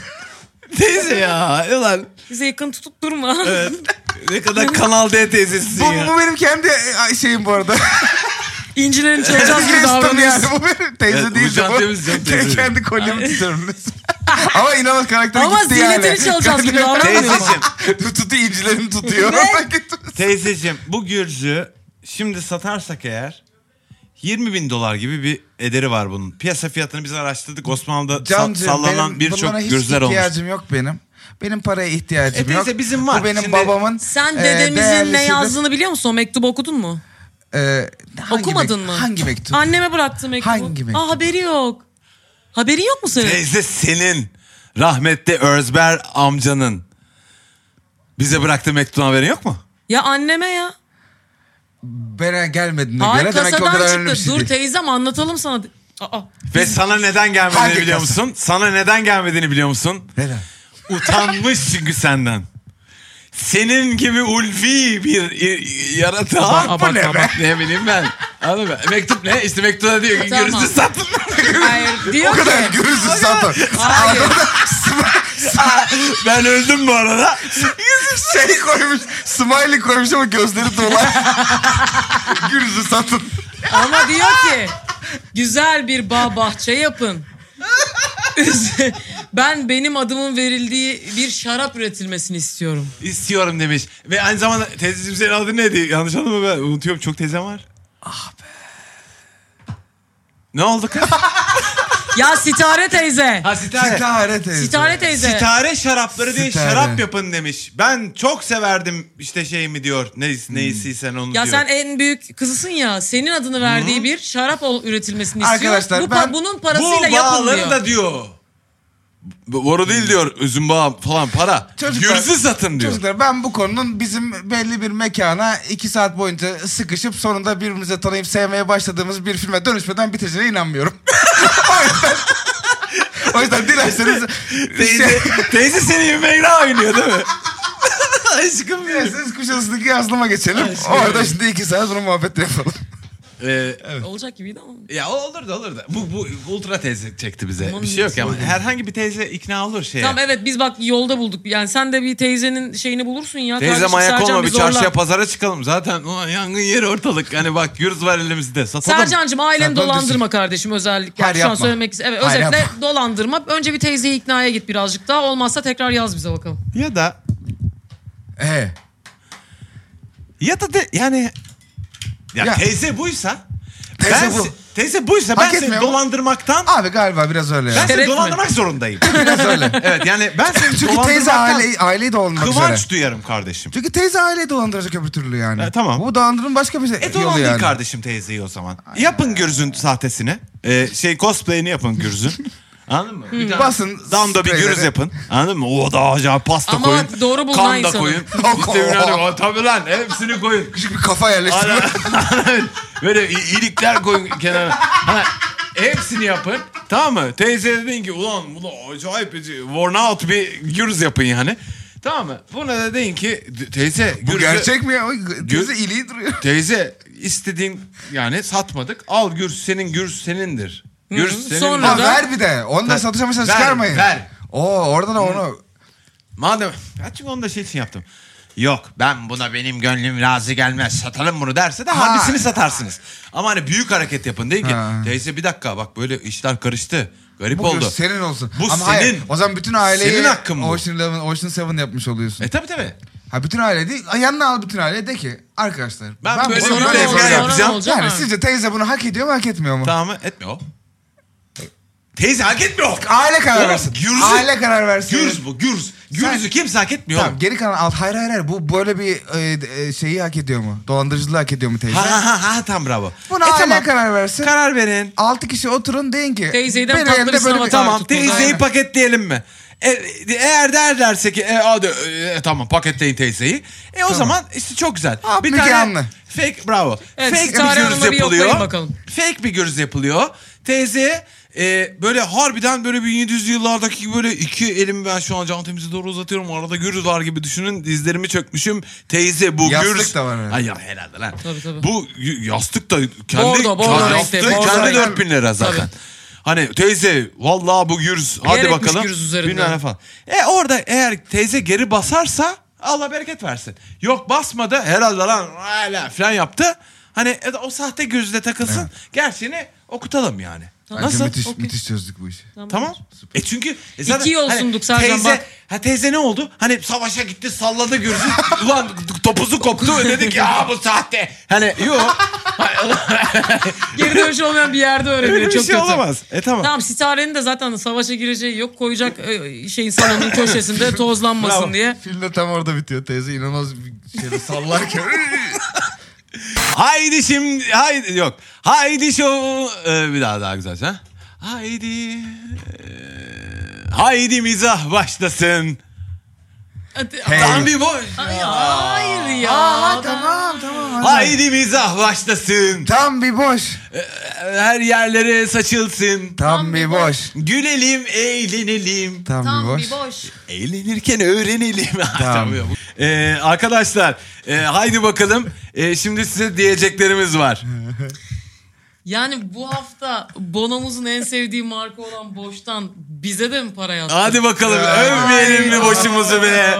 Teyze ya. Ulan Bize yakın tutup durma. evet. ne kadar Kanal D teyzesisin bu, ya. bu benim kendi e, şeyim bu arada. İncilerini çalacağız gibi Teyzem yani davranıyorsun. bu benim teyze Evet, bu değil. Can Cemiş, Can teyze. Kendi kolyemi tutuyorum. Ama inanılmaz karakter Ama gitti yani. ziynetini çalacağız gibi davranmıyor. Teyzeciğim. Tutuyor incilerini tutuyor. Teyzeciğim bu gürzü şimdi satarsak eğer 20 bin dolar gibi bir ederi var bunun. Piyasa fiyatını biz araştırdık. Osmanlı'da sa- Cancığım, sallanan benim birçok bunlara hiç gürzler olmuş. ihtiyacım yok benim. Benim paraya ihtiyacım E yok. teyze bizim var. Bu benim Şimdi- babamın Sen e, dedemizin ne değerlisidir. yazdığını biliyor musun? O mektubu okudun mu? E, hangi Okumadın mektup- mı? Hangi mektup? Anneme bıraktı mektubu. Hangi mektup? Aa haberi yok. Haberin yok mu senin? Teyze senin rahmetli Özber amcanın bize bıraktığı mektubun haberin yok mu? Ya anneme ya. Bana gelmediğine Ay göre demek ki o kadar kasadan önemli bir çıktı. şey Dur değil. teyzem anlatalım sana. Aa, Ve sana neden gelmediğini Hangi biliyor kasa? musun? Sana neden gelmediğini biliyor musun? Neden? Utanmış çünkü senden. Senin gibi ulvi bir i- yaratığa Aman, bu ne be? ne bileyim ben. Anladın mı? Mektup ne? İşte mektupta diyor ki Tamam. görürsün sattın. hayır diyor O kadar ki. görürsün zaten. Hayır. ben öldüm bu arada. şey koymuş, smiley koymuş ama gözleri dolar. Gürüzü satın. Ama diyor ki güzel bir bağ bahçe yapın. ben benim adımın verildiği bir şarap üretilmesini istiyorum. İstiyorum demiş. Ve aynı zamanda teyzeciğim senin adın neydi? Yanlış anladın mı? Ben unutuyorum çok teyzem var. Ah be. Ne oldu kız? Ya Sitare teyze. ha sitare. Sitare teyze. Sitare teyze. Sitare şarapları diye Sitare. şarap yapın demiş. Ben çok severdim işte şey mi diyor. Neyisi, neyisiysen onu Ya diyor. sen en büyük kızısın ya. Senin adını verdiği bir şarap ol- üretilmesini istiyor. Arkadaşlar Bu, ben- bunun Bu parasıyla yapın diyor. bağları da diyor. Bu- Boru değil diyor. Üzüm bağı falan para. Çocuklar- Gürzü satın diyor. Çocuklar ben bu konunun bizim belli bir mekana iki saat boyunca sıkışıp sonunda birbirimize tanıyıp sevmeye başladığımız bir filme dönüşmeden biteceğine inanmıyorum. o yüzden... O yüzden dilerseniz... Teyze, Şey, teyze seni yemeğine oynuyor değil mi? Aşkım benim. dilerseniz Kuşadası'ndaki yazlıma geçelim. Orada şimdi iki saat bunu muhabbet yapalım. Ee, Olacak gibiydi ama. Ya o olur da olur da. Bu, bu ultra teyze çekti bize. Aman bir şey yok neyse, ama. Herhangi bir teyze ikna olur şeye. Tamam evet biz bak yolda bulduk. Yani sen de bir teyzenin şeyini bulursun ya. Teyze Kardeşim manyak Sercan olma bir bir zorlar. çarşıya pazara çıkalım. Zaten ulan yangın yeri ortalık. Hani bak yürüz var elimizde. Satalım. Sercan'cığım Sercan ailemi dolandırma kardeşim özellikle. Hayır, Yani şu an yapma. söylemek istiyorum. Evet Hayır, özellikle yapma. dolandırma. Önce bir teyzeyi iknaya git birazcık daha. Olmazsa tekrar yaz bize bakalım. Ya da Ee, ya da de, yani ya, Ya. teyze buysa Teyze ben bu. se- teyze buysa ben Hak seni etmiyor mu? dolandırmaktan abi galiba biraz öyle ben ya. seni Şeref mi? dolandırmak zorundayım. Biraz öyle. evet yani ben seni Çünkü teyze dolandırmaktan aile, aileyi de olmak üzere. kıvanç duyarım kardeşim. Çünkü teyze aileyi dolandıracak öbür türlü yani. E, tamam. Bu dolandırın başka bir şey, E yolu dolandır yani. kardeşim teyzeyi o zaman. Yapın gürzün sahtesini. Ee, şey cosplay'ini yapın gürzün. Anladın mı? Hmm. Bir tane Basın Damda bir spreyleri. gürüz yapın. Anladın mı? O da acayip pasta Ama koyun. doğru bulunan Kan da insanı. koyun. işte yani, o, tabii lan hepsini koyun. Küçük bir kafa yerleştirme. Ana- Böyle i- ilikler koyun kenara. Ha, hepsini yapın. Tamam mı? Teyze dedin ki ulan bu da acayip bir şey." worn out bir gürüz yapın yani. Tamam mı? Buna da deyin ki teyze Bu gürzü- gerçek mi ya? Teyze iliği duruyor. Teyze istediğin yani satmadık. Al gürs senin gürs senindir. Hı hı. Gürs senin. Sonra- Ha, Orada- ver bir de. Onu da Ver, satışa mesela ver, çıkarmayın. ver. Oo orada da onu. Madem. Ya çünkü onu da şey için yaptım. Yok ben buna benim gönlüm razı gelmez satalım bunu derse de Ha. harbisini satarsınız. Ama hani büyük hareket yapın değil ki. Ha. Teyze bir dakika bak böyle işler karıştı. Garip Bu oldu. senin olsun. Bu Ama hayır, senin. o zaman bütün aileyi Senin hakkın bu. Ocean, Eleven, Ocean Seven yapmış oluyorsun. E tabi tabi. Ha bütün aile değil. ay Yanına al bütün aile de ki arkadaşlar. Ben böyle bunu bir böyle devgan yapacağım. yapacağım. olacak? Yani Ha. sizce teyze bunu hak ediyor mu hak etmiyor mu? Tamam mı? Etmiyor. o. Teyze hak etmiyor. Aile karar Oğlum, versin. Gürzü, Aile karar versin. Gürz bu gürz. Gürzü Sen- kimse hak etmiyor. Tamam geri kalan alt hayır hayır hayır bu böyle bir e, e, şeyi hak ediyor mu? Dolandırıcılığı hak ediyor mu teyze? Ha ha ha, ha tam bravo. Buna E, aile tamam. karar versin. Karar verin. Altı kişi oturun deyin ki. Teyzeyden benim tatlı evde bir böyle sınava Tamam tutun, teyzeyi aynen. paketleyelim mi? E, eğer derlerse ki e, hadi e, tamam paketleyin teyzeyi. E o zaman işte çok güzel. Aa, bir Müge tane Anlı. fake bravo. Evet, fake siz Tarih bir Hanım'a gürüz bir yoklayın yapılıyor. bakalım. Fake bir gürüz yapılıyor. Teyze e, böyle harbiden böyle 1700'lü yıllardaki gibi böyle iki elimi ben şu an can temize doğru uzatıyorum. Arada gürüz var gibi düşünün. Dizlerimi çökmüşüm. Teyze bu Yastık gürüz. da var herhalde. Ay ya herhalde lan. Tabii, tabii. Bu y- yastık da kendi Bordo, bordo yastığı renkte, bordo kendi renkte. 4000 lira zaten. Tabii. Hani teyze vallahi bu gürüz hadi Bilerekmiş bakalım. gürüz üzerinde. Bilmem ne falan. E orada eğer teyze geri basarsa Allah bereket versin. Yok basmadı herhalde lan hala falan yaptı. Hani e, o sahte gürüzle takılsın. Gerçeğini okutalım yani. Bence Nasıl? müthiş, Okey. müthiş çözdük bu işi. Tamam. E çünkü e zaten İki yolsunduk Sercan, teyze, bak. Ha teyze ne oldu? Hani savaşa gitti salladı görsün. Ulan topuzu koptu dedi ki ya bu sahte. Hani yok. Geri dönüş olmayan bir yerde öğreniyor. Öyle bir Çok şey kötü. olamaz. E tamam. Tamam sitarenin de zaten savaşa gireceği yok koyacak e, şeyin salonun köşesinde Bravo. tozlanmasın diye. Film de tam orada bitiyor teyze inanılmaz bir şeyle sallarken. Haydi şimdi haydi yok. Haydi şu Ee, bir daha daha güzel ha. Haydi ee, haydi mizah başlasın. Hey. Lan bir bu. Ay, hayır ya. Aa tamam tamam. hadi. Haydi mizah başlasın. Tam bir boş. Her yerlere saçılsın. Tam bir boş. Gülelim, eğlenelim. Tam bir Tam boş. bir boş. Eğlenirken öğrenelim. Tamam. Ee, arkadaşlar e, haydi bakalım. E, şimdi size diyeceklerimiz var. Yani bu hafta Bono'muzun en sevdiği marka olan Boş'tan bize de mi para yazdı? Hadi bakalım Ya. övmeyelim Ay. mi boşumuzu be.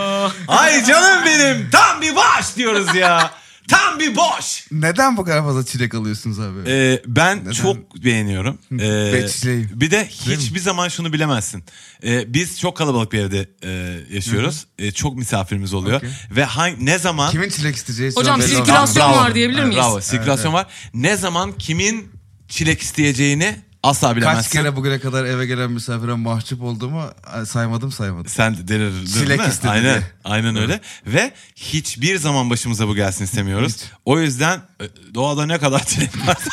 Ay canım benim tam bir boş diyoruz ya. Tam bir boş. Neden bu kadar fazla çilek alıyorsunuz abi? Ee, ben çok beğeniyorum. Ee, Beçleyim. bir de hiçbir zaman şunu bilemezsin. Ee, biz çok kalabalık bir evde e, yaşıyoruz. Ee, çok misafirimiz oluyor. Okey. Ve hangi, ne zaman... Ee, Kimin çilek isteyeceği? şu Hocam an belli olmaz. sirkülasyon Bravo. var diyebilir miyiz? Bravo sirkülasyon var. Ne zaman kimin çilek isteyeceğini asla bilemezsin. Kaç kere bugüne kadar eve gelen misafire mahcup olduğumu saymadım saymadım. Sen de delirdin Çilek değil mi? istedi Aynen, diye. aynen öyle. Ve hiçbir zaman başımıza bu gelsin istemiyoruz. O yüzden e, doğada ne kadar çilek varsa...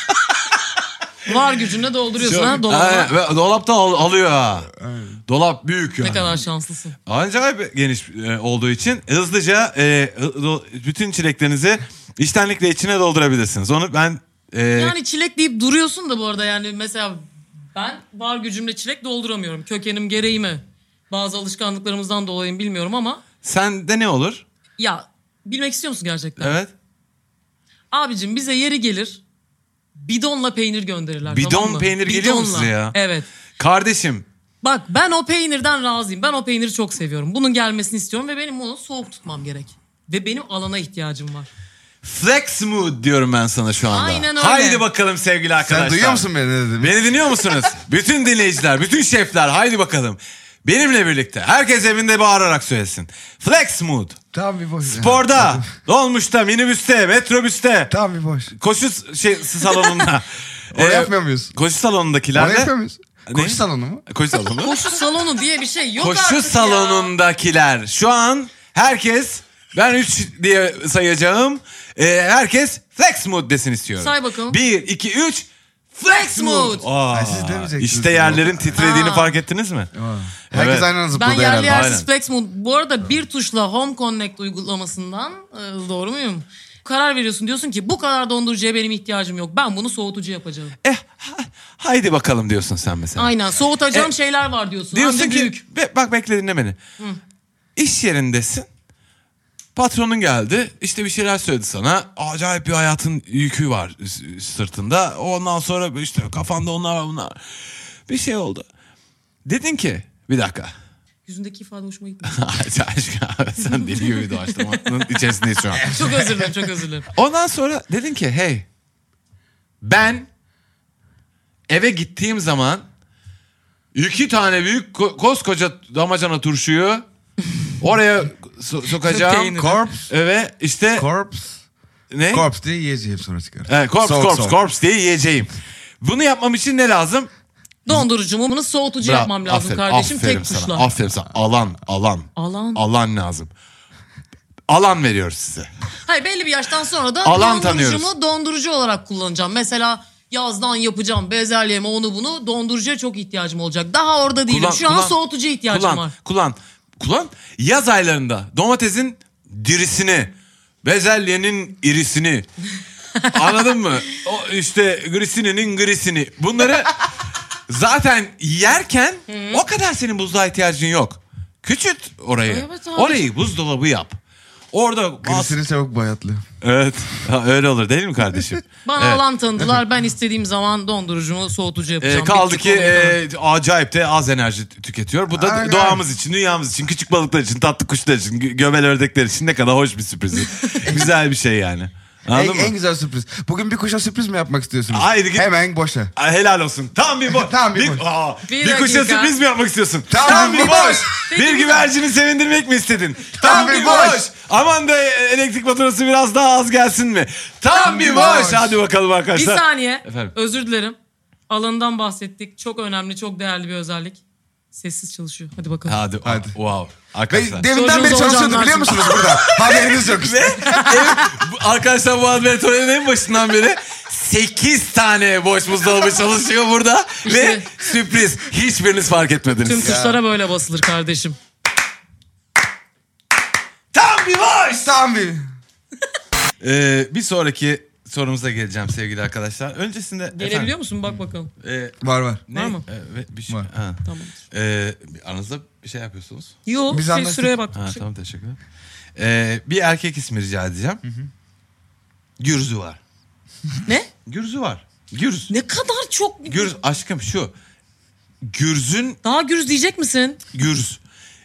Var gücünle dolduruyorsun ha dolaba. Aynen, ve Dolapta al- alıyor ha. Dolap büyük yani. Ne kadar şanslısın. Acayip geniş e, olduğu için hızlıca e, do- bütün çileklerinizi içtenlikle içine doldurabilirsiniz. Onu ben... e, Yani çilek deyip duruyorsun da bu arada yani mesela ben var gücümle çilek dolduramıyorum. Kökenim gereği mi? Bazı alışkanlıklarımızdan dolayı mı bilmiyorum ama Sende ne olur? ya bilmek istiyor musun gerçekten? Evet. Abicim bize yeri gelir bidonla peynir gönderirler. Bidon tamam mı? peynir geliyor mu Bidonla. size ya? Evet. Kardeşim Bak ben o peynirden razıyım. Ben o peyniri çok seviyorum. Bunun gelmesini istiyorum ve benim onu soğuk tutmam gerek. Ve benim alana ihtiyacım var. Flex mood diyorum ben sana şu anda. Aynen öyle. Haydi bakalım sevgili arkadaşlar. Sen duyuyor musun beni ne dedim? Beni dinliyor musunuz? bütün dinleyiciler, bütün şefler haydi bakalım. Benimle birlikte herkes evinde bağırarak söylesin. Flex mood. Tam bir boş. Sporda, dolmuşta, minibüste, metrobüste, Tam bir boş. koşu s- şey s- salonunda. Onu Ee, yapmıyor muyuz? Koşu Onu salonundakilerde. yapıyor muyuz? Ne? Koşu salonu mu? Koşu salonu. Koşu salonu diye bir şey yok artık koşu ya. salonundakiler. Şu an herkes ben 3 diye sayacağım. Ee, herkes flex mood desin istiyorum. Say bakalım. 1 2 3 flex mood. mood. Aa, Ay, siz demeyecektiniz işte bunu. yerlerin titrediğini Aa. fark ettiniz mi? Herkes Evet. aynı anda Ben zıpladı yerli herhalde. yersiz Aynen. flex mode. Bu arada bir tuşla Home Connect uygulamasından e, doğru muyum? Karar veriyorsun diyorsun ki bu kadar dondurucuya benim ihtiyacım yok. Ben bunu soğutucu yapacağım. Eh ha- haydi bakalım diyorsun sen mesela. Aynen soğutacağım E, şeyler var diyorsun. Diyorsun Hem de ki büyük. Be- bak bekle dinle beni. İş yerindesin. Patronun geldi. işte bir şeyler söyledi sana. Acayip bir hayatın yükü var s- sırtında. Ondan sonra işte kafanda onlar var bunlar. Bir şey oldu. Dedin ki bir dakika. Yüzündeki ifade hoşuma gitmedi. Aşkım sen deli gibi doğaçlamanın içerisindeyiz şu an. çok özür dilerim çok özür dilerim. Ondan sonra dedin ki hey ben eve gittiğim zaman iki tane büyük ko- koskoca damacana turşuyu oraya so- sokacağım. Peyniri. Korps. Ve işte Korps. ne? Korps diye yiyeceğim sonra çıkar. E? Evet, korps, Soğuk korps, soğuk. korps diye yiyeceğim. Bunu yapmam için ne lazım? Dondurucumu bunu soğutucu Bravo, şey yapmam lazım aferin, kardeşim aferin tek sana, tuşla. Aferin sana. Alan, alan. Alan. Alan lazım. Alan veriyoruz size. Hayır belli bir yaştan sonra da Alan dondurucumu tanıyoruz. dondurucu olarak kullanacağım. Mesela yazdan yapacağım bezelyemi onu bunu dondurucuya çok ihtiyacım olacak. Daha orada değilim. Kullan, Şu an kullan. soğutucuya ihtiyacım Kullan, var. kullan, kullan. Yaz aylarında domatesin dirisini, bezelyenin irisini, anladın mı? O işte grisininin grisini. Bunları zaten yerken o kadar senin buzluğa ihtiyacın yok. Küçült orayı. Evet abi. Orayı buzdolabı yap. Orada Gerisini çabuk bayatlıyor. Evet. Ha, öyle olur değil mi kardeşim? Bana Evet. alan tanıdılar. Ben istediğim zaman dondurucumu soğutucu Ee, yapacağım. kaldı Bitti ki konuyu da. e, acayip de az enerji t- tüketiyor. Bu da Aynen. doğamız için, dünyamız için, küçük balıklar için, tatlı kuşlar için, gö- gömel ördekler için ne kadar hoş bir sürpriz. Güzel bir şey yani. En, Anladın mı? en güzel sürpriz. Bugün bir kuşa sürpriz mi yapmak istiyorsunuz? Haydi git. Hemen boşa. Ay, helal olsun. Tam bir boş. Tam bir boş. Aa, Bir bir, kuşa dakika. sürpriz mi yapmak istiyorsun? Tam bir boş. Bir güvercini sevindirmek mi istedin? Tam, bir bir boş. boş. Aman da e, elektrik faturası biraz daha az gelsin mi? Tam, bir boş. boş. Hadi bakalım Bir arkadaşlar. saniye. Efendim? Özür dilerim. Alanından bahsettik. Çok önemli, çok değerli bir özellik. Sessiz çalışıyor. Hadi bakalım. Hadi. Hadi. Wow. Ve Arkadaşlar. deminden Çocuğunuz beri çalışıyordu olacağından biliyor musunuz burada? Haberiniz yok. Bu- Arkadaşlar bu advertorialin en başından beri 8 tane boş buzdolabı çalışıyor burada ve İşte. sürpriz. Hiçbiriniz fark Tüm etmediniz. tuşlara böyle basılır kardeşim. Tam bir boş. Tam bir. Ee, bir sonraki sorumuza geleceğim sevgili arkadaşlar. Öncesinde Gelebiliyor musun? Bak bakalım. Efendim, e, Var var. ne? Var mı? E, ve bir şey. Var. Ha. Tamamdır. Ee, bir- aranızda bir şey yapıyorsunuz. Yo, Biz şey, anlaştık. süreye bak. Ha, Şey- tamam teşekkürler. Ee, bir erkek ismi rica edeceğim. Gürzü var. Ne? Gürzü var. Gürz. Ne kadar çok... Gürz aşkım şu. Gürzün Daha gürüz diyecek misin? Gürz.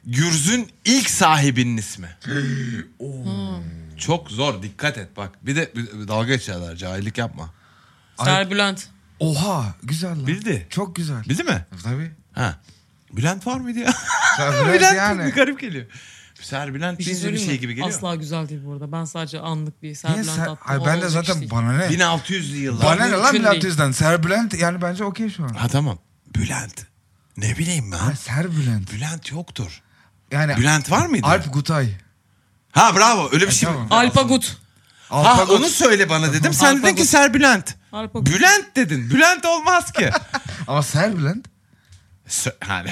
Gürz'ün ilk sahibinin ismi. Hmm. Çok zor dikkat et bak. Bir de bir de dalga geçerler cahillik yapma. Ay. Serbülent. Oha güzel lan. Bildi. Çok güzel. Bildi mi? Tabii. Ha. Bülent var mıydı ya? Tabii Bülent bir yani. garip geliyor. Ser Bülent Bir şey deyince bir söyleyeyim şey mi? gibi geliyor. Asla güzel değil bu arada. Ben sadece anlık bir Niye Serbülent Ser- attım. Ay O ben de olacak zaten iş değil. bana ne? 1600'lü yıllar. Bana ne lan Mümkün değil. 1600'den? Ser Bülent yani bence okey şu an. Ha tamam. Bülent. Ne bileyim ben. Ha, Ser Bülent. Bülent yoktur. Yani Bülent var mıydı? Alp Gutay. Ha bravo öyle bir şey. tamam. Alpagut. Ha Alpagot. onu söyle bana dedim. Sen Alpagut. dedin ki Ser Bülent. Alpagut. Bülent dedin. Bülent olmaz ki. Ama Ser Bülent. Sö- yani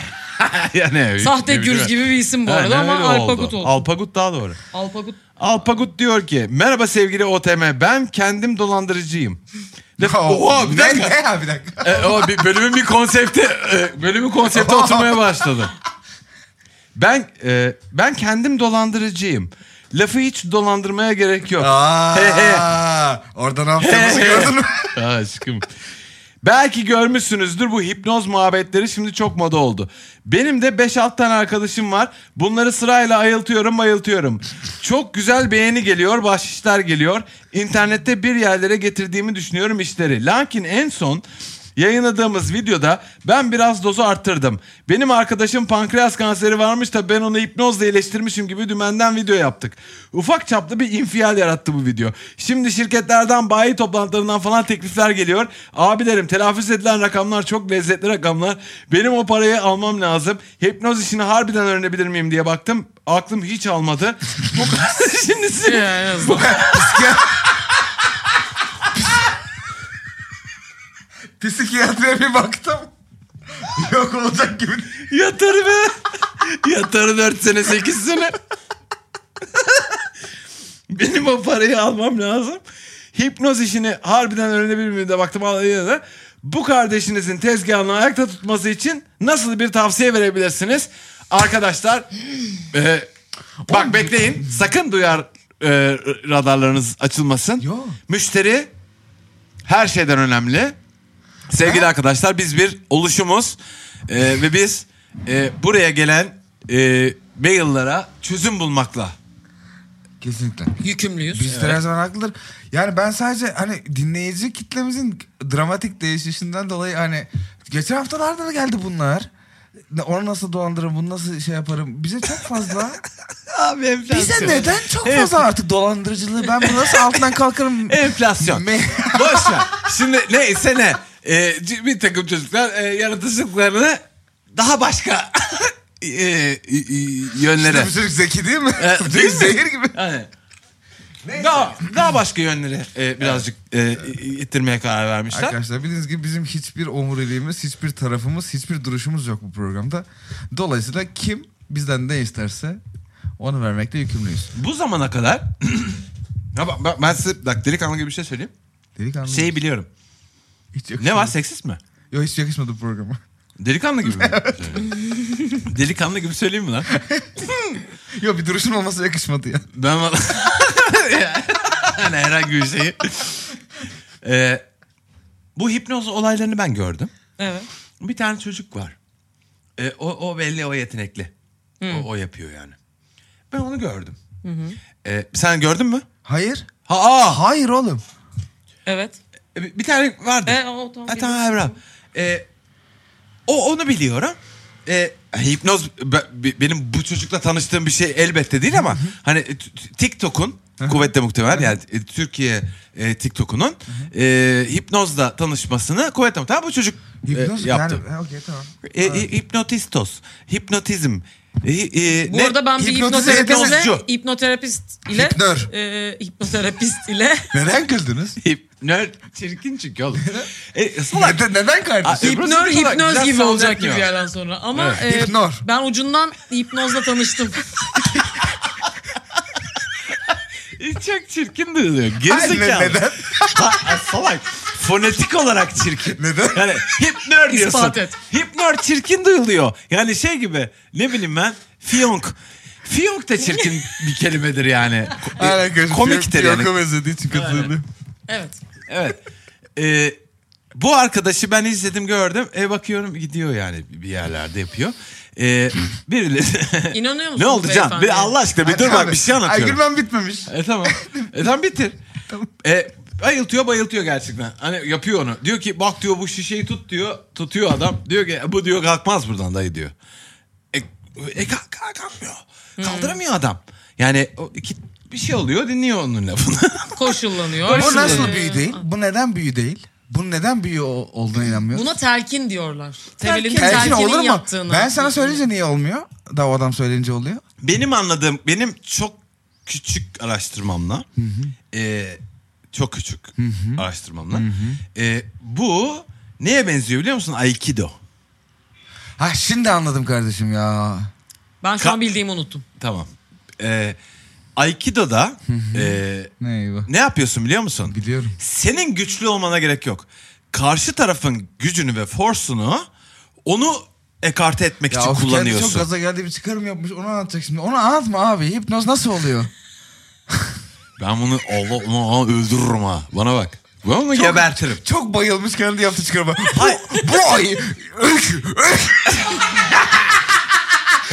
yani Sahte gürüz gibi bir isim bu arada ama Alpagut oldu. Alpagut daha doğru. Alpagut. Alpagut diyor ki merhaba sevgili OTM ben kendim dolandırıcıyım. Laf- Oha bir ne, dakika. ne ya bir dakika. E, o bir bölümün bir konsepti e, bölümün konsepti oturmaya başladı. Ben e, ben kendim dolandırıcıyım. Lafı hiç dolandırmaya gerek yok. He he. Aa, orada ne yaptığımızı gördün mü? Aşkım. Belki görmüşsünüzdür bu hipnoz muhabbetleri şimdi çok moda oldu. Benim de 5-6 tane arkadaşım var. Bunları sırayla ayıltıyorum ayıltıyorum. Çok güzel beğeni geliyor, bahşişler geliyor. İnternette bir yerlere getirdiğimi düşünüyorum işleri. Lakin en son yayınladığımız videoda ben biraz dozu arttırdım. Benim arkadaşım pankreas kanseri varmış da ben onu hipnozla iyileştirmişim gibi dümenden video yaptık. Ufak çaplı bir infial yarattı bu video. Şimdi şirketlerden bayi toplantılarından falan teklifler geliyor. Abilerim telaffuz edilen rakamlar çok lezzetli rakamlar. Benim o parayı almam lazım. Hipnoz işini harbiden öğrenebilir miyim diye baktım. Aklım hiç almadı. Bu kadar- Şimdi size- Ya, en azından. Psikiyatriye bir baktım. Yok olacak gibi. değil. Yatar be. Yatar 4 sene 8 sene. Benim o parayı almam lazım. Hipnoz işini harbiden öğrenebilir miyim de baktım alayına da. Bu kardeşinizin tezgahını ayakta tutması için nasıl bir tavsiye verebilirsiniz? Arkadaşlar e, bak bekleyin sakın duyar e, radarlarınız açılmasın. Yo. Müşteri her şeyden önemli. Sevgili arkadaşlar biz bir oluşumuz Ee, ve biz e, buraya gelen e, maillara çözüm bulmakla. Kesinlikle. Yükümlüyüz. Biz de her zaman haklıdır. Yani ben sadece hani dinleyici kitlemizin dramatik değişişinden dolayı hani geçen haftalarda da geldi bunlar. Ne- Onu nasıl dolandırırım, bunu nasıl şey yaparım. Bize çok fazla. Abi Bize neden çok fazla artık dolandırıcılığı? Ben bunu nasıl altından kalkarım? Enflasyon. Me- Boş ver. Şimdi neyse ne. Ee, c- bir takım çocuklar e, yaratıcılıklarını daha başka e, e, e, yönlere. Bu çocuk zeki değil mi? E, Bu değil çocuk mi? zehir gibi. Yani. Daha, daha başka yönlere e, birazcık e, e, ittirmeye karar vermişler. Arkadaşlar bildiğiniz gibi bizim hiçbir omuriliğimiz, hiçbir tarafımız, hiçbir duruşumuz yok bu programda. Dolayısıyla kim bizden ne isterse onu vermekle yükümlüyüz. Bu zamana kadar ya bak, bak, ben size bak, delikanlı gibi bir şey söyleyeyim. Delikanlı. Şeyi biliyorum. hiç yakışmadı. Şey Ne var seksist mi? Yok hiç yakışmadı bu programa. Delikanlı gibi mi? delikanlı gibi söyleyeyim mi lan? Yok bir duruşun olması yakışmadı ya. Ben valla... yani herhangi bir şeyi. Ee, bu hipnoz olaylarını ben gördüm. Evet. Bir tane çocuk var. Ee, o, o belli o yetenekli. O, o yapıyor yani. Ben onu gördüm. Ee, sen gördün mü? Hayır. Ha, aa, Hayır oğlum. Evet. E, bir bir tane vardı. E, o tamam, Ha, tamam biliyorum. Ebru. E, o onu biliyorum. E, hipnoz be- be- benim bu çocukla tanıştığım bir şey elbette değil ama hani t- t- TikTok'un kuvvetle muhtemel yani e, Türkiye e, TikTok'unun e, hipnozla tanışmasını kuvvetle muhtemel bu çocuk e, Hipnoz yaptı. yani. Ha, Okey tamam. E, e, hipnotistos, hipnotizm. E, e, Bu ne? arada ben bir Hipnotize hipnoterapistle, ediyoruzcu. hipnoterapist ile, Hipnör. e, hipnoterapist ile Neden güldünüz? Hipnör çirkin çünkü oğlum. e, salak. neden, neden kardeşim? Ebru hipnör sizin kadar hipnoz güzel gibi olacak gibi sallatmıyor. yerden sonra. Ama Evet. e, Hipnor. ben ucundan hipnozla tanıştım. E, Çok çirkin duyuluyor. Ay, ne- Gerizekalı. neden? Ha, salak. Fonetik olarak çirkin. Neden? Yani hipnör diyorsun. İspat et. Hipnör çirkin duyuluyor. Yani şey gibi ne bileyim ben fiyonk. Fiyonk da çirkin bir kelimedir yani. Ko- e, Aynen kardeşim. Komiktir Yok, yani. Yok benzediği için katılıyorum. Evet. Evet. E, bu arkadaşı ben izledim gördüm. E bakıyorum gidiyor yani bir yerlerde yapıyor. E, birileri... İnanıyor musun ne oldu Can? beyefendiye? Bir, Allah aşkına bir Ay, dur bak tamam. bir şey anlatıyorum. Ay gülmem bitmemiş. E tamam. E tamam bitir. E, bayıltıyor bayıltıyor gerçekten. Hani yapıyor onu. Diyor ki bak diyor bu şişeyi tut diyor. Tutuyor adam. Diyor ki "E, bu diyor kalkmaz buradan dayı diyor. E, e kalk, kalk- kalkmıyor. Kaldıramıyor adam. Yani o, iki, bir şey oluyor dinliyor onun lafını. Koşullanıyor. şey Bu nasıl Ee, büyü değil? Bu neden büyü değil? Bu neden büyü o- olduğuna inanmıyor? Buna terkin diyorlar. Temelinde Erkin terkinin olur mu? yaptığını. Ben sana söyleyince niye olmuyor? Da o adam söyleyince oluyor. benim anladığım benim çok küçük araştırmamla e, çok küçük araştırmamla e, bu neye benziyor biliyor musun? Aikido. Ha şimdi anladım kardeşim ya. Ben şu Ka- an bildiğimi unuttum. Tamam. Ee, Aikido'da ee, Ne eyvah. ne yapıyorsun biliyor musun? Biliyorum. Senin güçlü olmana gerek yok. Karşı tarafın gücünü ve force'unu onu ekarte etmek Ya için of, kendi çok kullanıyorsun. gaza geldi bir çıkarım yapmış onu anlatacak şimdi. Onu anlatma abi. Hipnoz nasıl oluyor? Ben bunu Allah Allah öldürürüm ha. Bana bak. Ben onu Çok- gebertirim. Çok bayılmış kendi yaptı çıkarım. bu, bu ay. Öf, öf,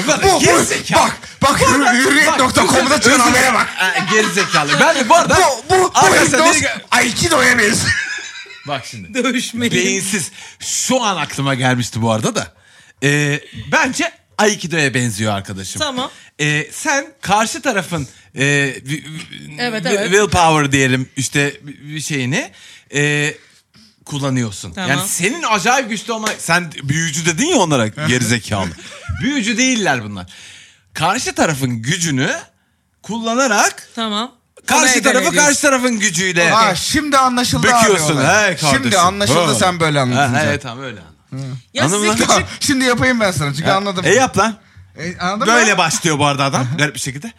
Bak, bu, bu. gerizekalı. Bak bak hürriyet.com'da çıkan habere bak. Ha, Gerizekalı. Ben de bu arada... Bu, bu, bu Arkadaşlar hipnoz beni gö- Aikido'ya benziyor. Bak şimdi. Dövüşmeyin. Beyinsiz. Şu an aklıma gelmişti bu arada da. Ee, bence Aikido'ya benziyor arkadaşım. Tamam. Ee, sen karşı tarafın e, wi- wi- Evet, wi- evet. willpower diyelim işte bir şeyini e, kullanıyorsun. Tamam. Yani senin acayip güçlü olma... Sen büyücü dedin ya onlara gerizekalı. büyücü değiller bunlar. Karşı tarafın gücünü kullanarak Tamam. Ona karşı egale tarafı ediyorsun. karşı tarafın gücüyle Ha şimdi anlaşıldı büküyorsun. abi. olay. He kardeşim. Şimdi anlaşıldı Ha. sen böyle anlatınca. Ha, evet tamam öyle anlat. Ya size Hanımlar- küçük... Şimdi yapayım ben sana çünkü anladım. E yap lan. E, anladın mı? Böyle başlıyor bu arada adam. Garip bir şekilde.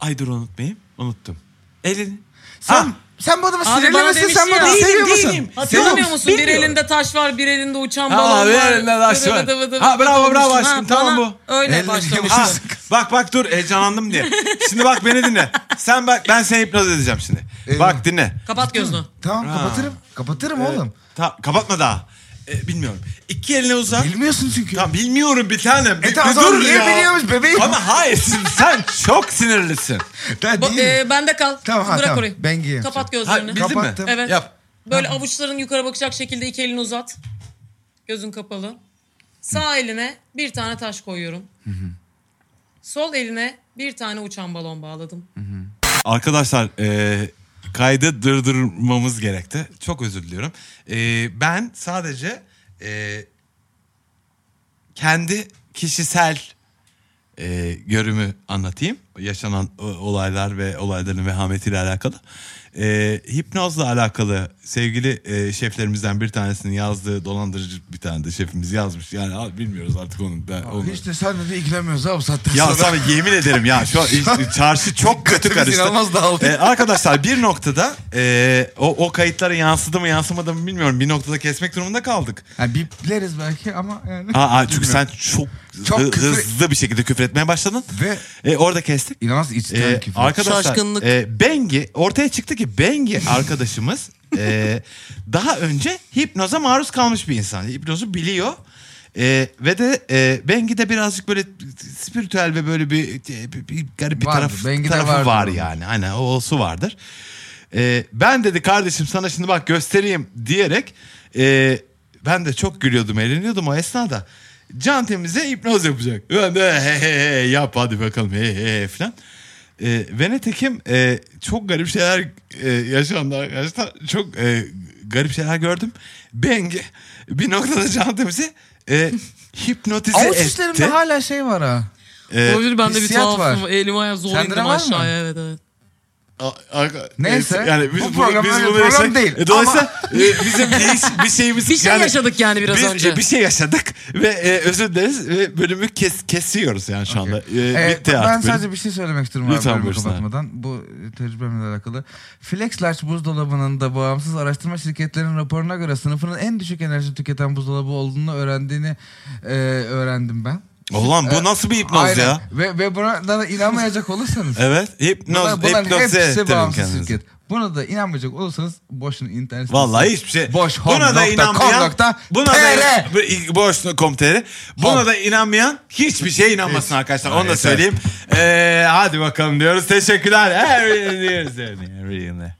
Ay dur unutmayayım. Unuttum. Elini. Sen, Ha. sen bu adamı Abi sinirlemesin bana sen bu demiş adamı ya. seviyor Değilim, musun? değilim. Seviyor Hatırlamıyor musun? musun? Bir Bilmiyorum. elinde taş var, bir elinde uçan Ha, balon bir var. elinde taş Vıdı var. vıdı vıdı Ha, vıdı bravo, vıdı bravo vıdı. aşkım, Ha, tamam bana bu. Öyle Elinde başlamış. Ha, bak bak dur heyecanlandım diye. Şimdi bak beni dinle. Sen bak ben seni hipnoz edeceğim şimdi. Eyvah. Bak dinle. Kapat gözünü. Tamam Ha. kapatırım. Kapatırım oğlum. Ta- kapatma daha. E, bilmiyorum. İki eline uzat. Bilmiyorsun çünkü. Tamam bilmiyorum bir tanem. Bir, E bir tamam dur niye ya. biliyormuş bebeğim? Ama hayır sen- sen çok sinirlisin. Ben Ba- değilim. e, bende kal. Tamam, ha, Bırak tamam. orayı. Ben giyeyim. Kapat Ha, gözlerini. bildin mi? Kapattım. Evet. Yap. Böyle avuçların yukarı bakacak şekilde iki elini uzat. Gözün kapalı. Sağ eline bir tane taş koyuyorum. Sol eline bir tane uçan balon bağladım. Arkadaşlar e, kaydı durdurmamız gerekti. Çok özür diliyorum. E, ben sadece e, kendi kişisel e, görümü anlatayım. Yaşanan e, olaylar ve olayların vehametiyle alakalı. E, hipnozla alakalı sevgili e, şeflerimizden bir tanesinin yazdığı dolandırıcı bir tane de şefimiz yazmış. Yani al- bilmiyoruz artık onun da. onu. Hiç de sen de ilgilenmiyoruz abi zaten Ya sonra. sana yemin ederim ya şu an iş- çarşı çok kötü Dikkatimiz karıştı. inanılmaz dağıldı. Ee, arkadaşlar bir noktada e, o, o kayıtlara yansıdı mı yansımadı mı bilmiyorum. Bir noktada kesmek durumunda kaldık. Ha, bipleriz belki ama yani. Aa, aa, çünkü sen çok, Çok hı- küfür- hızlı bir şekilde küfür etmeye başladın. Ve E, orada kestik. inanılmaz içten Ee, küfür. arkadaşlar Şaşkınlık. e, Bengi ortaya çıktı ki Bengi arkadaşımız e, daha önce hipnoza maruz kalmış bir insan. Hipnozu biliyor. E, ve de e, Bengi de birazcık böyle spiritüel ve böyle bir, bir- bir garip bir Vardır, taraf, Bengi'de tarafı vardır var onun. yani. Hani o su vardır. E, ben dedi kardeşim sana şimdi bak göstereyim diyerek e, ben de çok gülüyordum eğleniyordum o esnada. Can temize hipnoz yapacak. Ben de he he he yap hadi bakalım he he he falan. E, ve nitekim e, çok garip şeyler e, yaşandı arkadaşlar. Çok e, garip şeyler gördüm. Bengi bir noktada Can Temiz'i e, hipnotize Avuç etti. içlerimde hala şey var ha. E, Olabilir bende bir hissiyat tuhafım. var. Elim ayağı zor Sende de indim var mı? aşağıya. Evet evet. A- arka- e, Neyse, yani biz bu bu program biz öyle bunu program yaşadık. değil E, dolayısıyla e, bizim bir, bir şeyimiz Bir şey yaşadık yani biraz biz, önce. e, bir şey yaşadık ve e, özür dileriz ve bölümü kes kesiyoruz yani şu anda. E, Ee, bitti ben artık. sadece bölüm. bir şey söylemek istiyorum abi Lütfen bölümü buyursun abi. kapatmadan. Bu e, tecrübemle alakalı. Flex Large buzdolabının da bağımsız araştırma şirketlerinin raporuna göre sınıfının en düşük enerji tüketen buzdolabı olduğunu öğrendiğini e, öğrendim ben. Ulan bu nasıl bir hipnoz şey- E, Aynen. ya? Ve, ve buna da inanmayacak olursanız. Evet hipnoz buna, bunların hipnoz hepsi ettirin bağımsız kendinizi. şirket. Buna da inanmayacak olursanız boşun internet. Vallahi sitesi. hiçbir şey. Boş home buna da nokta com inanmayan nokta buna da TR. bu- boş com.tr. Buna Home. da inanmayan hiçbir şeye inanmasın arkadaşlar. Onu da yeter. söyleyeyim. Ee, hadi bakalım diyoruz. Teşekkürler. Her diyoruz. Her